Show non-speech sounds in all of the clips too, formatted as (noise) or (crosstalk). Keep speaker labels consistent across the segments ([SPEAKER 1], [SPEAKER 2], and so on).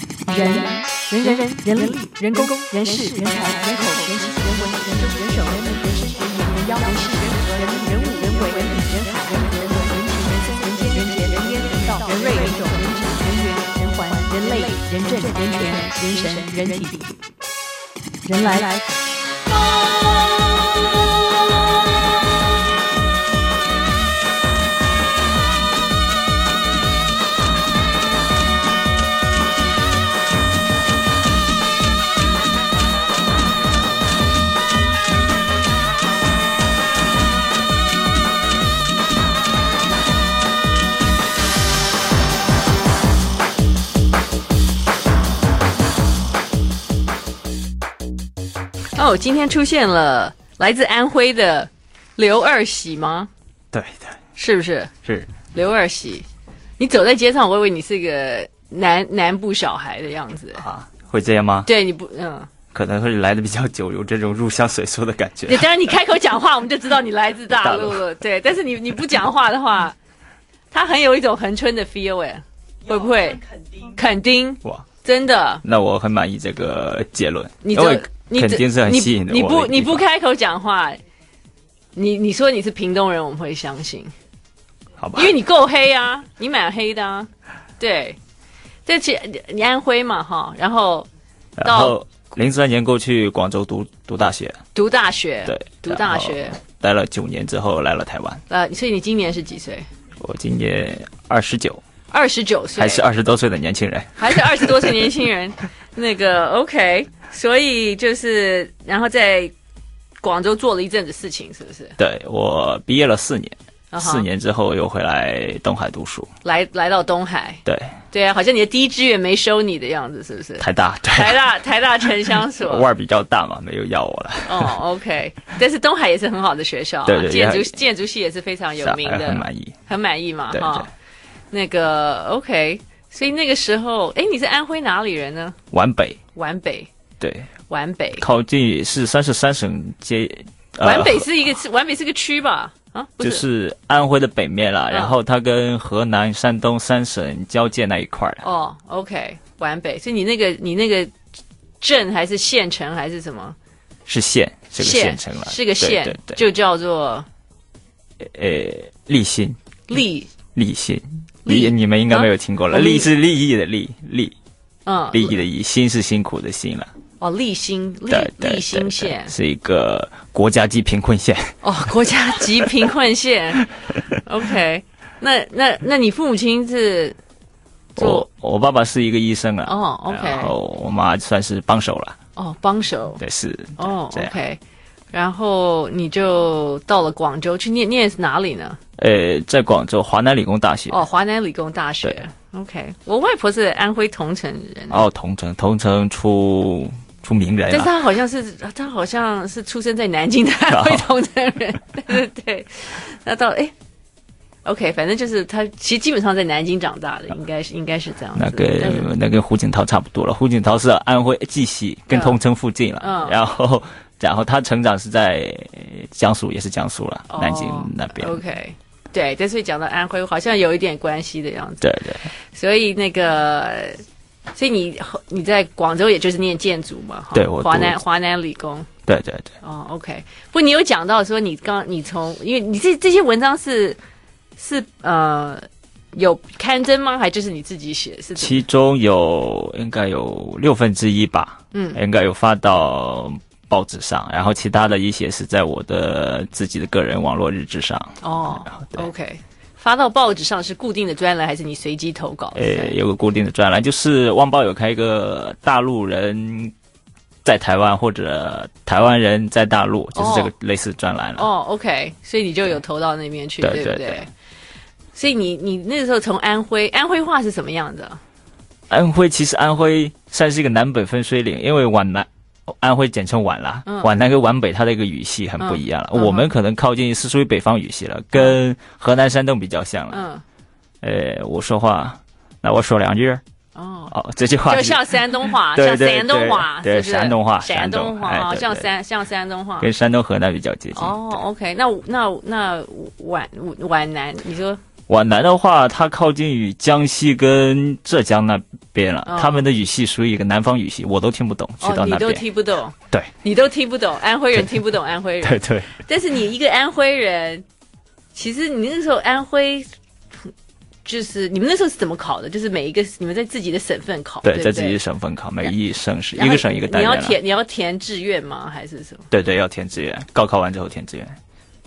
[SPEAKER 1] 人人人人人力人工人事人才人口人情人文人政人手人民人事人民人妖人事人人人物人为人理人海人人文人情人生人间人杰人烟人道人瑞人种人质人缘人环人类人政人权人神人体人来。
[SPEAKER 2] 哦，今天出现了来自安徽的刘二喜吗？
[SPEAKER 3] 对对
[SPEAKER 2] 是不是
[SPEAKER 3] 是，
[SPEAKER 2] 刘二喜？你走在街上，我以为你是个南南部小孩的样子。
[SPEAKER 3] 啊，会这样吗？
[SPEAKER 2] 对，你不嗯，
[SPEAKER 3] 可能会来的比较久，有这种入乡随俗的感觉
[SPEAKER 2] 对，。当然你开口讲话，我们就知道你来自大陆
[SPEAKER 3] 大
[SPEAKER 2] 了。对，但是你你不讲话的话，他很有一种恒春的 feel 哎，会不会？
[SPEAKER 4] 肯定
[SPEAKER 2] 肯定
[SPEAKER 3] 哇，
[SPEAKER 2] 真的，
[SPEAKER 3] 那我很满意这个结论，
[SPEAKER 2] 你
[SPEAKER 3] 因
[SPEAKER 2] 走
[SPEAKER 3] 为
[SPEAKER 2] 你
[SPEAKER 3] 哦肯
[SPEAKER 2] 走
[SPEAKER 3] 定是很
[SPEAKER 2] 你
[SPEAKER 3] 吸引的
[SPEAKER 2] 你
[SPEAKER 3] 我
[SPEAKER 2] 不
[SPEAKER 3] 的地
[SPEAKER 2] 你不
[SPEAKER 3] 方
[SPEAKER 2] 开口讲话，你你说你是屏东人，我们会相信。
[SPEAKER 3] 好
[SPEAKER 2] (laughs)
[SPEAKER 3] 吧？
[SPEAKER 2] 因为你够黑啊，你蛮黑的啊，对，这其你你安徽嘛哈，然后
[SPEAKER 3] 然后零三年过去广州读读大学，
[SPEAKER 2] 读大学，
[SPEAKER 3] 对，
[SPEAKER 2] 读大学，
[SPEAKER 3] 待了九年之后来了台湾。
[SPEAKER 2] 呃，所以你今年是几岁？
[SPEAKER 3] 我今年二十九，
[SPEAKER 2] 二十九岁，
[SPEAKER 3] 还是二十多岁的年轻人。
[SPEAKER 2] 还是二十多岁年轻
[SPEAKER 3] (laughs)
[SPEAKER 2] 人？那个 OK，所以就是然后在广州做了一阵子事情，是不是？
[SPEAKER 3] 对我毕业了四年，
[SPEAKER 2] 啊哈
[SPEAKER 3] 四年之后又回来东海读书。
[SPEAKER 2] 来来到东海，
[SPEAKER 3] 对，
[SPEAKER 2] 对啊，好像你的第一志愿没收你的样子，是不是？
[SPEAKER 3] 台大，对，
[SPEAKER 2] 台大台大城乡所，
[SPEAKER 3] (laughs) 腕儿比较大嘛，没有要我了。
[SPEAKER 2] 哦，OK，但是东海也是很好的学校、啊，
[SPEAKER 3] 对对
[SPEAKER 2] 建筑
[SPEAKER 3] 也
[SPEAKER 2] 建筑系也是非常有名
[SPEAKER 3] 还
[SPEAKER 2] 的，
[SPEAKER 3] 很满意。
[SPEAKER 2] 很满意嘛，
[SPEAKER 3] 对对
[SPEAKER 2] 哈。那个 OK，所以那个时候，哎，你是安徽哪里人呢？
[SPEAKER 3] 皖北，
[SPEAKER 2] 皖北，
[SPEAKER 3] 对，
[SPEAKER 2] 皖北，
[SPEAKER 3] 靠近是三十三省接，呃
[SPEAKER 2] 皖北是一个是皖北是个区吧？啊，不，
[SPEAKER 3] 就是是安徽的北面啦，
[SPEAKER 2] 嗯
[SPEAKER 3] 然后它跟河南、山东三省交界那一块儿。
[SPEAKER 2] 哦，OK，皖北，所以你那个你那个镇还是县城还是什么？
[SPEAKER 3] 是县，是个县城了，
[SPEAKER 2] 是个县，
[SPEAKER 3] 对对对，
[SPEAKER 2] 就叫做
[SPEAKER 3] 呃，利辛，
[SPEAKER 2] 利，
[SPEAKER 3] 利辛，
[SPEAKER 2] 利
[SPEAKER 3] 利，你们应该没有听过了，
[SPEAKER 2] 啊
[SPEAKER 3] 利是利益的利，利
[SPEAKER 2] 嗯，
[SPEAKER 3] 利益的益，辛是辛苦的辛了，
[SPEAKER 2] 哦，利兴，利
[SPEAKER 3] 对对
[SPEAKER 2] 利
[SPEAKER 3] 对
[SPEAKER 2] 兴
[SPEAKER 3] 对，
[SPEAKER 2] 县，
[SPEAKER 3] 是一个国家级贫困县，
[SPEAKER 2] 哦， (laughs) 国家级贫困
[SPEAKER 3] (laughs)
[SPEAKER 2] 县。OK，那那那你父母亲是做
[SPEAKER 3] 我我爸爸是一个医生啊，
[SPEAKER 2] 哦，OK
[SPEAKER 3] 然后我妈算是帮手了，
[SPEAKER 2] 哦帮手
[SPEAKER 3] 对是，
[SPEAKER 2] 哦
[SPEAKER 3] 这样
[SPEAKER 2] ，OK，然后你就到了广州去念念是哪里呢？
[SPEAKER 3] 呃，在广州华南理工大学，
[SPEAKER 2] 哦，华南理工大学
[SPEAKER 3] 对。
[SPEAKER 2] OK，我外婆是安徽桐城人，啊
[SPEAKER 3] 哦，哎同城同城出出名人啊
[SPEAKER 2] 但是
[SPEAKER 3] 了，
[SPEAKER 2] 她好像是她好像是出生在南
[SPEAKER 3] (laughs)
[SPEAKER 2] 京的安徽桐城人， (laughs) 对对对。那到哎，OK，反正就是她其实基本上在南京长大的，应该是应该是这样子。
[SPEAKER 3] 那
[SPEAKER 2] 但是
[SPEAKER 3] 个那跟胡锦涛差不多了，胡锦涛是安徽绩溪，跟
[SPEAKER 2] 嗯
[SPEAKER 3] 桐城附近了，
[SPEAKER 2] 嗯
[SPEAKER 3] 然后 (laughs) 然后他成长是在江苏，也是江苏了，南京那边，
[SPEAKER 2] 哦 OK，对，但是讲到安徽，好像有一点关系的样子。
[SPEAKER 3] 对对，
[SPEAKER 2] 所以那个，所以你你在广州，也就是念建筑嘛？哈
[SPEAKER 3] 对我
[SPEAKER 2] 华
[SPEAKER 3] 读
[SPEAKER 2] 南华南理工。
[SPEAKER 3] 对对对，
[SPEAKER 2] 哦，OK，不，你有讲到说你刚你从，因为你这这些文章是是呃有刊登吗？还就是你自己写是怎么？
[SPEAKER 3] 其中有应该有六分之一吧，
[SPEAKER 2] 嗯
[SPEAKER 3] 应该有发到报纸上，然后其他的一些是在我的自己的个人网络日志上，
[SPEAKER 2] 哦
[SPEAKER 3] 然后啊对。
[SPEAKER 2] ，OK，发到报纸上是固定的专栏，还是你随机投稿？
[SPEAKER 3] 呃，有个固定的专栏，就是《旺报》有开一个大陆人在台湾或者台湾人在大陆，就是这个类似专栏了。
[SPEAKER 2] 哦，OK，所以你就有投到那边去，
[SPEAKER 3] 对
[SPEAKER 2] 不
[SPEAKER 3] 对对
[SPEAKER 2] 所以你你那时候从安徽，安徽话是什么样的？
[SPEAKER 3] 安徽其实安徽算是一个南北分水岭，因为皖南。哦安徽简称皖啦，
[SPEAKER 2] 嗯
[SPEAKER 3] 皖南跟皖北它的一个语系很不一样了。
[SPEAKER 2] 嗯嗯哼
[SPEAKER 3] 我们可能靠近是属于北方语系了，跟河南、山东比较像了。
[SPEAKER 2] 嗯，
[SPEAKER 3] 呃，我说话，那我说两句
[SPEAKER 2] 哦，
[SPEAKER 3] 哦，这句话
[SPEAKER 2] 就是像山东话，
[SPEAKER 3] (laughs) 对
[SPEAKER 2] 像
[SPEAKER 3] 对
[SPEAKER 2] 山东话，
[SPEAKER 3] 对
[SPEAKER 2] 是不是
[SPEAKER 3] 对山东话
[SPEAKER 2] 山东
[SPEAKER 3] 山东
[SPEAKER 2] 话，
[SPEAKER 3] 哎
[SPEAKER 2] 哦
[SPEAKER 3] 对
[SPEAKER 2] 像
[SPEAKER 3] 对
[SPEAKER 2] 山像山东话。哦
[SPEAKER 3] 跟山东、河南比较接近。
[SPEAKER 2] 哦，OK，那那那皖皖皖南，你说
[SPEAKER 3] 皖南的话，它靠近于江西跟浙江那边了，
[SPEAKER 2] 哦
[SPEAKER 3] 他们的语系属于一个南方语系，我都听不懂，去
[SPEAKER 2] 哦，
[SPEAKER 3] 到
[SPEAKER 2] 你
[SPEAKER 3] 那
[SPEAKER 2] 都
[SPEAKER 3] 边。
[SPEAKER 2] 听不懂，
[SPEAKER 3] 对，
[SPEAKER 2] 你都听不懂，安徽人听不懂安徽人，
[SPEAKER 3] 对对，
[SPEAKER 2] 但是你一个安徽人，其实你那时候安徽。就是你们那时候是怎么考的？就是每一个你们在自己的省份考，对不
[SPEAKER 3] 对，
[SPEAKER 2] 对，
[SPEAKER 3] 在自己省份考，每一省市
[SPEAKER 2] 然
[SPEAKER 3] 一
[SPEAKER 2] 后
[SPEAKER 3] 个省一个单
[SPEAKER 2] 你
[SPEAKER 3] 啊元
[SPEAKER 2] 要
[SPEAKER 3] 了。
[SPEAKER 2] 填你要填志愿吗？还是什么？
[SPEAKER 3] 对对，要填志愿，高考完之后填志愿。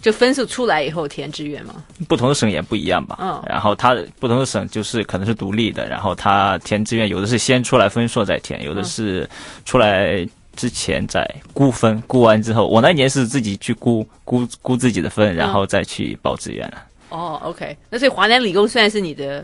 [SPEAKER 2] 就分数出来以后填志愿吗？
[SPEAKER 3] 不同的省也不一样吧。
[SPEAKER 2] 嗯
[SPEAKER 3] 然后它不同的省就是可能是独立的，然后它填志愿有的是先出来分数再填，
[SPEAKER 2] 嗯
[SPEAKER 3] 有的是出来之前再估分，估完之后，我那年是自己去估估估自己的分，然后再去报志愿了。
[SPEAKER 2] 哦，OK，那所以华南理工虽然是你的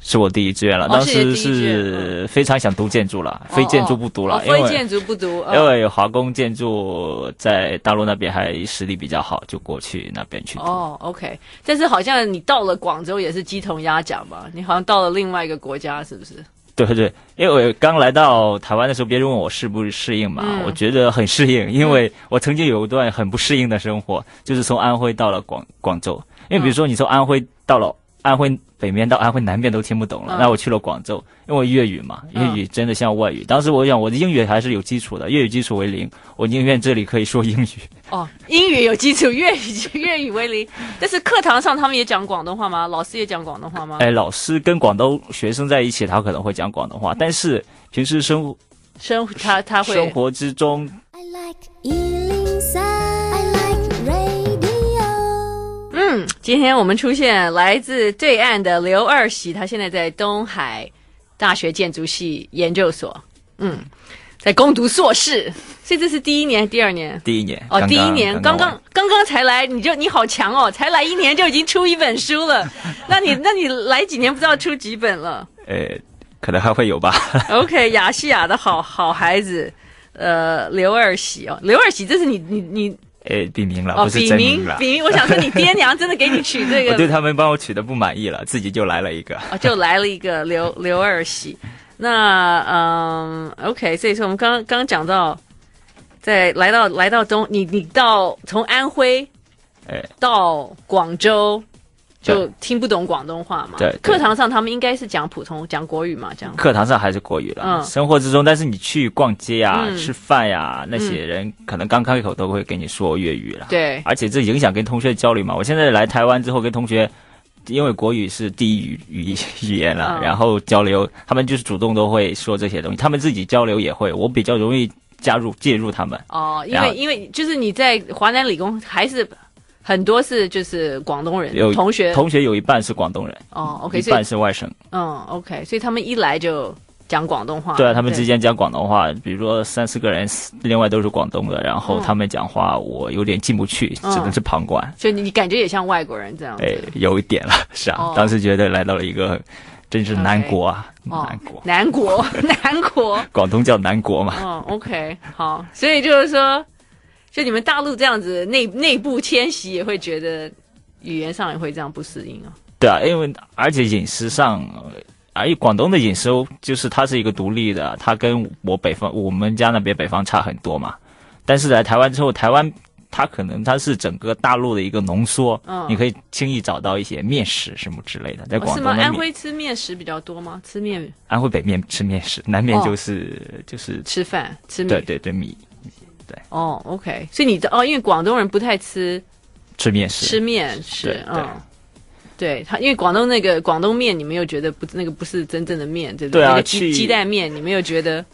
[SPEAKER 3] 是我第一志愿了，
[SPEAKER 2] 哦
[SPEAKER 3] 当
[SPEAKER 2] 是你的
[SPEAKER 3] 时
[SPEAKER 2] 第一志愿嗯
[SPEAKER 3] 是非常想读建筑了，非建筑不读了，
[SPEAKER 2] 哦哦
[SPEAKER 3] 因
[SPEAKER 2] 非
[SPEAKER 3] 为
[SPEAKER 2] 建筑不读，哦
[SPEAKER 3] 因为华工建筑在大陆那边还实力比较好，就过去那边去读。
[SPEAKER 2] 哦，OK，但是好像你到了广州也是鸡同鸭讲吧？你好像到了另外一个国家，是不是？
[SPEAKER 3] 对对，因为我刚来到台湾的时候，别人问我适不适应嘛，
[SPEAKER 2] 嗯
[SPEAKER 3] 我觉得很适应，因为我曾经有一段很不适应的生活，就是从安徽到了广广州。因为比如说你从安徽到了安徽北面到安徽南面都听不懂了，
[SPEAKER 2] 嗯
[SPEAKER 3] 那我去了广州，因为粤语嘛，粤
[SPEAKER 2] 嗯
[SPEAKER 3] 语真的像外语。当时我想我的英语还是有基础的，粤语基础为零，我宁愿这里可以说英语。
[SPEAKER 2] 哦，英语有基础，粤语粤语为零， (laughs) 但是课堂上他们也讲广东话吗？老师也讲广东话吗？
[SPEAKER 3] 哎，老师跟广东学生在一起，他可能会讲广东话，但是平时生
[SPEAKER 2] 生他嗯他会
[SPEAKER 3] 生活之中
[SPEAKER 4] I like Ealing Sound. I like radio.
[SPEAKER 2] 嗯，今天我们出现来自对岸的刘二喜，他现在在东海大学建筑系研究所，嗯，在攻读硕士，所以这是第一年，第二年。
[SPEAKER 3] 第一年
[SPEAKER 2] 哦，
[SPEAKER 3] 刚
[SPEAKER 2] 第一
[SPEAKER 3] 刚
[SPEAKER 2] 年
[SPEAKER 3] 刚
[SPEAKER 2] 刚
[SPEAKER 3] 完
[SPEAKER 2] 刚刚刚才来，你就你好强哦，才来一年就已经出一本书了，那你那你来几年不知道出几本了。
[SPEAKER 3] 呃，可能还会有吧。 (laughs)
[SPEAKER 2] OK，雅西亚的好好孩子，呃，刘二喜哦，刘二喜，这是你你你
[SPEAKER 3] 呃，笔名了，
[SPEAKER 2] 哦，
[SPEAKER 3] 不是
[SPEAKER 2] 笔
[SPEAKER 3] 真
[SPEAKER 2] 名
[SPEAKER 3] 了。
[SPEAKER 2] 笔名，我想说你爹娘真的给你取这个
[SPEAKER 3] (laughs) 我对他们帮我取的不满意了，自己就来了
[SPEAKER 2] (laughs)
[SPEAKER 3] 一个。
[SPEAKER 2] 啊，就来了一个刘刘二喜。那嗯，OK，所以说我们刚刚讲到，在来到来到东，你你到从安徽
[SPEAKER 3] 哎，
[SPEAKER 2] 到广州，
[SPEAKER 3] 对
[SPEAKER 2] 就听不懂广东话嘛？
[SPEAKER 3] 对对
[SPEAKER 2] 课堂上他们应该是讲普通讲国语嘛，这样。
[SPEAKER 3] 课堂上还是国语了，
[SPEAKER 2] 嗯
[SPEAKER 3] 生活之中，但是你去逛街呀、
[SPEAKER 2] 嗯
[SPEAKER 3] 吃饭呀、那些人可能刚开口都会跟你说粤语了。，
[SPEAKER 2] 对，
[SPEAKER 3] 而且这影响跟同学交流嘛。我现在来台湾之后，跟同学。因为国语是第一语语语言了，
[SPEAKER 2] 嗯
[SPEAKER 3] 然后交流，他们就是主动都会说这些东西，他们自己交流也会，我比较容易加入介入他们。
[SPEAKER 2] 哦，因
[SPEAKER 3] 然后
[SPEAKER 2] 为因为就是你在华南理工还是很多是就是广东人
[SPEAKER 3] 有
[SPEAKER 2] 同学
[SPEAKER 3] 同学有一半是广东人
[SPEAKER 2] 哦，OK，
[SPEAKER 3] 一
[SPEAKER 2] 所以
[SPEAKER 3] 半是外省。
[SPEAKER 2] 嗯，OK，所以他们一来就讲广东话，
[SPEAKER 3] 对啊，他们之间讲广东话，比如说三四个人，四另外都是广东的，然后
[SPEAKER 2] 嗯
[SPEAKER 3] 他们讲话我有点进不去，
[SPEAKER 2] 嗯
[SPEAKER 3] 只能是旁观。
[SPEAKER 2] 所以你你感觉也像外国人这样子。
[SPEAKER 3] 哎，有一点了，是啊，
[SPEAKER 2] 哦
[SPEAKER 3] 当时觉得来到了一个真是南国啊，
[SPEAKER 2] 哦
[SPEAKER 3] 南国，
[SPEAKER 2] 南国， (laughs) 南国，
[SPEAKER 3] 广东叫南国嘛。
[SPEAKER 2] 哦，OK，好，所以就是说，就你们大陆这样子内内部迁徙，也会觉得语言上也会这样不适应啊。
[SPEAKER 3] 对啊，因为而且饮食上。呃而且广东的饮食就是它是一个独立的，它跟我北方我们家那边北方差很多嘛。但是来台湾之后，台湾它可能它是整个大陆的一个浓缩，
[SPEAKER 2] 嗯
[SPEAKER 3] 你可以轻易找到一些面食什么之类的，在
[SPEAKER 2] 哦
[SPEAKER 3] 广
[SPEAKER 2] 是
[SPEAKER 3] 东
[SPEAKER 2] 吗？
[SPEAKER 3] 的面、
[SPEAKER 2] 安徽吃面食比较多吗？吃面、
[SPEAKER 3] 安徽北面吃面食，南面
[SPEAKER 2] 哦
[SPEAKER 3] 就是、就是
[SPEAKER 2] 吃饭、吃米。
[SPEAKER 3] 对对对米
[SPEAKER 2] 哦，OK，所以你的哦，因为广东人不太吃
[SPEAKER 3] 吃面食，
[SPEAKER 2] 吃面食
[SPEAKER 3] 对，对
[SPEAKER 2] 嗯。对他，因为广东那个广东面，你们又觉得不那个不是真正的面，对不
[SPEAKER 3] 对啊
[SPEAKER 2] 那个
[SPEAKER 3] 去
[SPEAKER 2] 鸡鸡蛋面，你们又觉得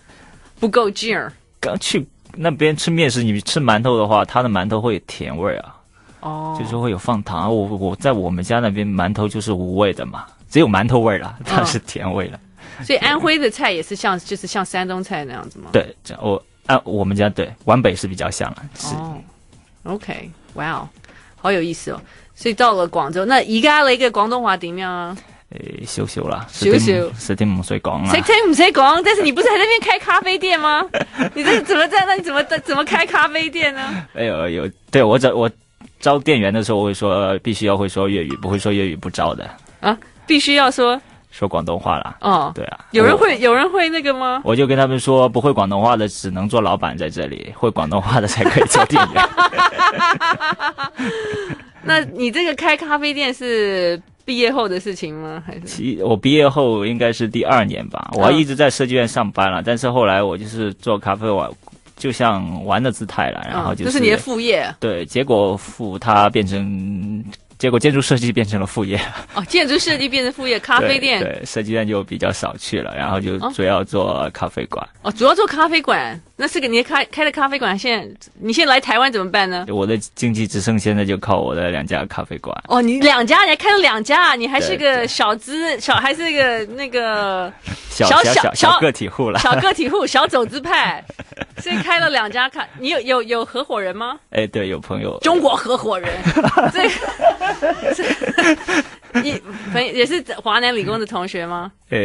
[SPEAKER 2] 不够劲儿。
[SPEAKER 3] 刚去那边吃面食，你吃馒头的话，它的馒头会有甜味啊，
[SPEAKER 2] 哦，
[SPEAKER 3] 就是会有放糖。啊我我在我们家那边馒头就是无味的嘛，只有馒头味了，它
[SPEAKER 2] 嗯
[SPEAKER 3] 是甜味了。
[SPEAKER 2] 所以安徽的菜也是像就是像山东菜那样子吗？
[SPEAKER 3] 对，这我按、我们家对皖北是比较像了，是、
[SPEAKER 2] 哦，OK，哇哦，好有意思哦。所以到了广州，那而家你嘅廣東話點樣啊？
[SPEAKER 3] 呃少少啦，
[SPEAKER 2] 少少
[SPEAKER 3] 少啲唔使講
[SPEAKER 2] 識
[SPEAKER 3] 啦。
[SPEAKER 2] 聽唔識講？但是你不是喺那邊開咖啡店嗎？ (laughs) 你这怎麼在那？你怎麼怎麼開咖啡店呢？
[SPEAKER 3] 哎呦有，对我找我招店员的时候，我会说、呃必须要会说粤语，不会说粤语不招的，
[SPEAKER 2] 啊，必須要說
[SPEAKER 3] 说广东话啦。
[SPEAKER 2] 哦。
[SPEAKER 3] 对啊，
[SPEAKER 2] 有人
[SPEAKER 3] 我
[SPEAKER 2] 會有人會那個嗎？
[SPEAKER 3] 我就跟他们说，不会广东话的只能做老板在这里，会广东话的才可以做店员。
[SPEAKER 2] 那你这個開咖啡店是毕业后的事情吗？还是
[SPEAKER 3] 其我毕业后应该是第二年吧，我还
[SPEAKER 2] 嗯
[SPEAKER 3] 一直在设计院上班了，但是后来我就是做咖啡玩，就像玩的姿态了，然后
[SPEAKER 2] 嗯
[SPEAKER 3] 就
[SPEAKER 2] 这是你的副业
[SPEAKER 3] 对，结果副它变成，结果建筑设计变成了副业，
[SPEAKER 2] 哦，建筑设计变成副业，咖啡
[SPEAKER 3] 对
[SPEAKER 2] 店
[SPEAKER 3] 对设计院就比较少去了，然后就
[SPEAKER 2] 哦
[SPEAKER 3] 主要做咖啡馆。
[SPEAKER 2] 哦，主要做咖啡馆。那是个你开开的咖啡馆，现在你现在来台湾怎么办呢？
[SPEAKER 3] 我的经济支撑现在就靠我的两家咖啡馆，
[SPEAKER 2] 哦，你两家，你还开了两家，你还是
[SPEAKER 3] 对
[SPEAKER 2] 个
[SPEAKER 3] 对
[SPEAKER 2] 小资小，还是个那个
[SPEAKER 3] 小
[SPEAKER 2] 小
[SPEAKER 3] 小
[SPEAKER 2] 小
[SPEAKER 3] 小
[SPEAKER 2] 小
[SPEAKER 3] 个体户了。
[SPEAKER 2] 小个体户、小走资
[SPEAKER 3] (laughs)
[SPEAKER 2] 派，所以开了两家咖。你有有有合伙人吗？
[SPEAKER 3] 哎，对，有朋友
[SPEAKER 2] 中国合伙人，这这一朋也是华南理工的同学吗？
[SPEAKER 3] 呃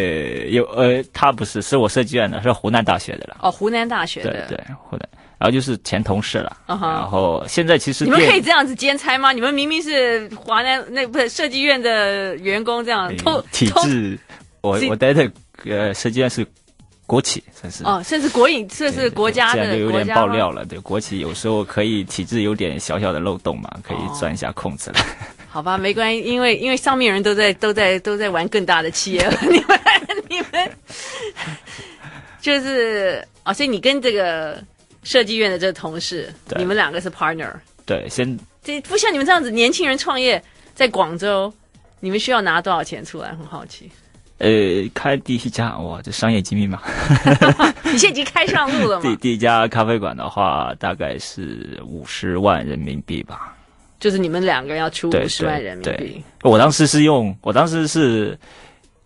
[SPEAKER 3] 有呃，他不是，是我设计院的，是湖南大学的了。
[SPEAKER 2] 哦，湖南大学
[SPEAKER 3] 对
[SPEAKER 2] 的。
[SPEAKER 3] 对，湖南。然后就是前同事了
[SPEAKER 2] 嗯哼
[SPEAKER 3] 然后现在其实
[SPEAKER 2] 你们
[SPEAKER 3] 店
[SPEAKER 2] 可以这样子兼差吗？你们明明是华南那不是设计院的员工，这样
[SPEAKER 3] 哎
[SPEAKER 2] 偷
[SPEAKER 3] 体
[SPEAKER 2] 偷
[SPEAKER 3] 制，我
[SPEAKER 2] 自己
[SPEAKER 3] 我待的呃设计院是国企，算是
[SPEAKER 2] 哦，甚至国营，这
[SPEAKER 3] 对对
[SPEAKER 2] 是国家
[SPEAKER 3] 这样
[SPEAKER 2] 的
[SPEAKER 3] 就有
[SPEAKER 2] 国
[SPEAKER 3] 点
[SPEAKER 2] 家
[SPEAKER 3] 爆
[SPEAKER 2] 吗
[SPEAKER 3] 料了。对，国企有时候可以体制有点小小的漏洞嘛，可
[SPEAKER 2] 哦
[SPEAKER 3] 以钻一下空子了。 (laughs)
[SPEAKER 2] 好吧，没关系，因为因为上面人都在都在都在玩更大的企业，
[SPEAKER 3] (laughs)
[SPEAKER 2] 你们你们就是哦，所以你跟这个设计院的这个同事，
[SPEAKER 3] 对
[SPEAKER 2] 你们两个是 partner，
[SPEAKER 3] 对，先
[SPEAKER 2] 这不像你们这样子年轻人创业，在广州，你们需要拿多少钱出来？很好奇，
[SPEAKER 3] 呃开第一家，哇，这商业机密嘛。
[SPEAKER 2] 你现在已经开上路了
[SPEAKER 3] (laughs) 第
[SPEAKER 2] 嘛？
[SPEAKER 3] 第一家咖啡馆的话，大概是五十万人民币吧。
[SPEAKER 2] 就是你们两个人要出
[SPEAKER 3] 对
[SPEAKER 2] 五十万
[SPEAKER 3] 对
[SPEAKER 2] 人民币
[SPEAKER 3] 对，我当时是用，我当时是，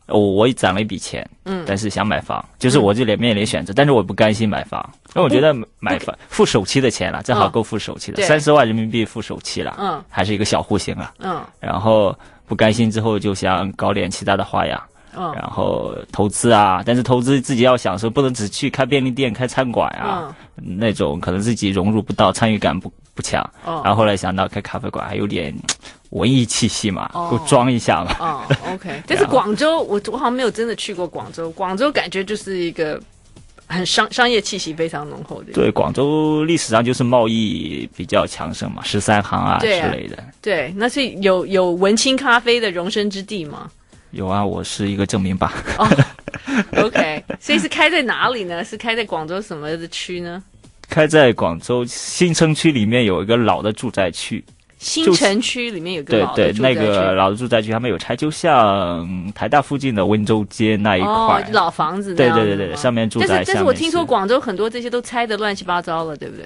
[SPEAKER 3] 我我攒了一笔钱，
[SPEAKER 2] 嗯
[SPEAKER 3] 但是想买房，就是我就连面临选择，但是我不甘心买房，因为我觉得买房付首期的钱了，正好
[SPEAKER 2] 嗯
[SPEAKER 3] 够付首期的，
[SPEAKER 2] 对
[SPEAKER 3] 三十万人民币付首期了，
[SPEAKER 2] 嗯
[SPEAKER 3] 还是一个小户型了，
[SPEAKER 2] 嗯
[SPEAKER 3] 然后不甘心之后就想搞点其他的花样，
[SPEAKER 2] 嗯
[SPEAKER 3] 然后投资啊，但是投资自己要享受，不能只去开便利店、开餐馆啊，
[SPEAKER 2] 嗯
[SPEAKER 3] 那种可能自己融入不到，参与感不不强。然
[SPEAKER 2] 哦
[SPEAKER 3] 后后来想到开咖啡馆还有点文艺气息嘛，
[SPEAKER 2] 哦
[SPEAKER 3] 够装一下嘛。
[SPEAKER 2] 哦，OK。但
[SPEAKER 3] (laughs)
[SPEAKER 2] 是广州，我我好像没有真的去过广州，广州感觉就是一个很商商业气息非常浓厚的地方。
[SPEAKER 3] 对，广州历史上就是贸易比较强盛嘛，十三行啊之
[SPEAKER 2] 对啊
[SPEAKER 3] 类的。
[SPEAKER 2] 对，那是有有文青咖啡的容身之地
[SPEAKER 3] (laughs)
[SPEAKER 2] 吗？
[SPEAKER 3] 有啊，我是一个证明吧。 (laughs)
[SPEAKER 2] 哦，OK，所以是开在哪里呢？是开在广州什么的区呢？
[SPEAKER 3] 开在广州新城区里面有一个老的住宅区，
[SPEAKER 2] 新城区里面有个
[SPEAKER 3] 对
[SPEAKER 2] 老的
[SPEAKER 3] 对，
[SPEAKER 2] 住宅
[SPEAKER 3] 那
[SPEAKER 2] 区，
[SPEAKER 3] 个老的住宅区他们有拆，就像台大附近的温州街那一
[SPEAKER 2] 哦
[SPEAKER 3] 块，。
[SPEAKER 2] 老房子那
[SPEAKER 3] 对
[SPEAKER 2] 样子
[SPEAKER 3] 对
[SPEAKER 2] 吗，
[SPEAKER 3] 对对，上面住
[SPEAKER 2] 但
[SPEAKER 3] 宅，
[SPEAKER 2] 是但
[SPEAKER 3] 下
[SPEAKER 2] 是
[SPEAKER 3] 面
[SPEAKER 2] 我听说
[SPEAKER 3] 是
[SPEAKER 2] 广州很多这些都拆的乱七八糟了，对不对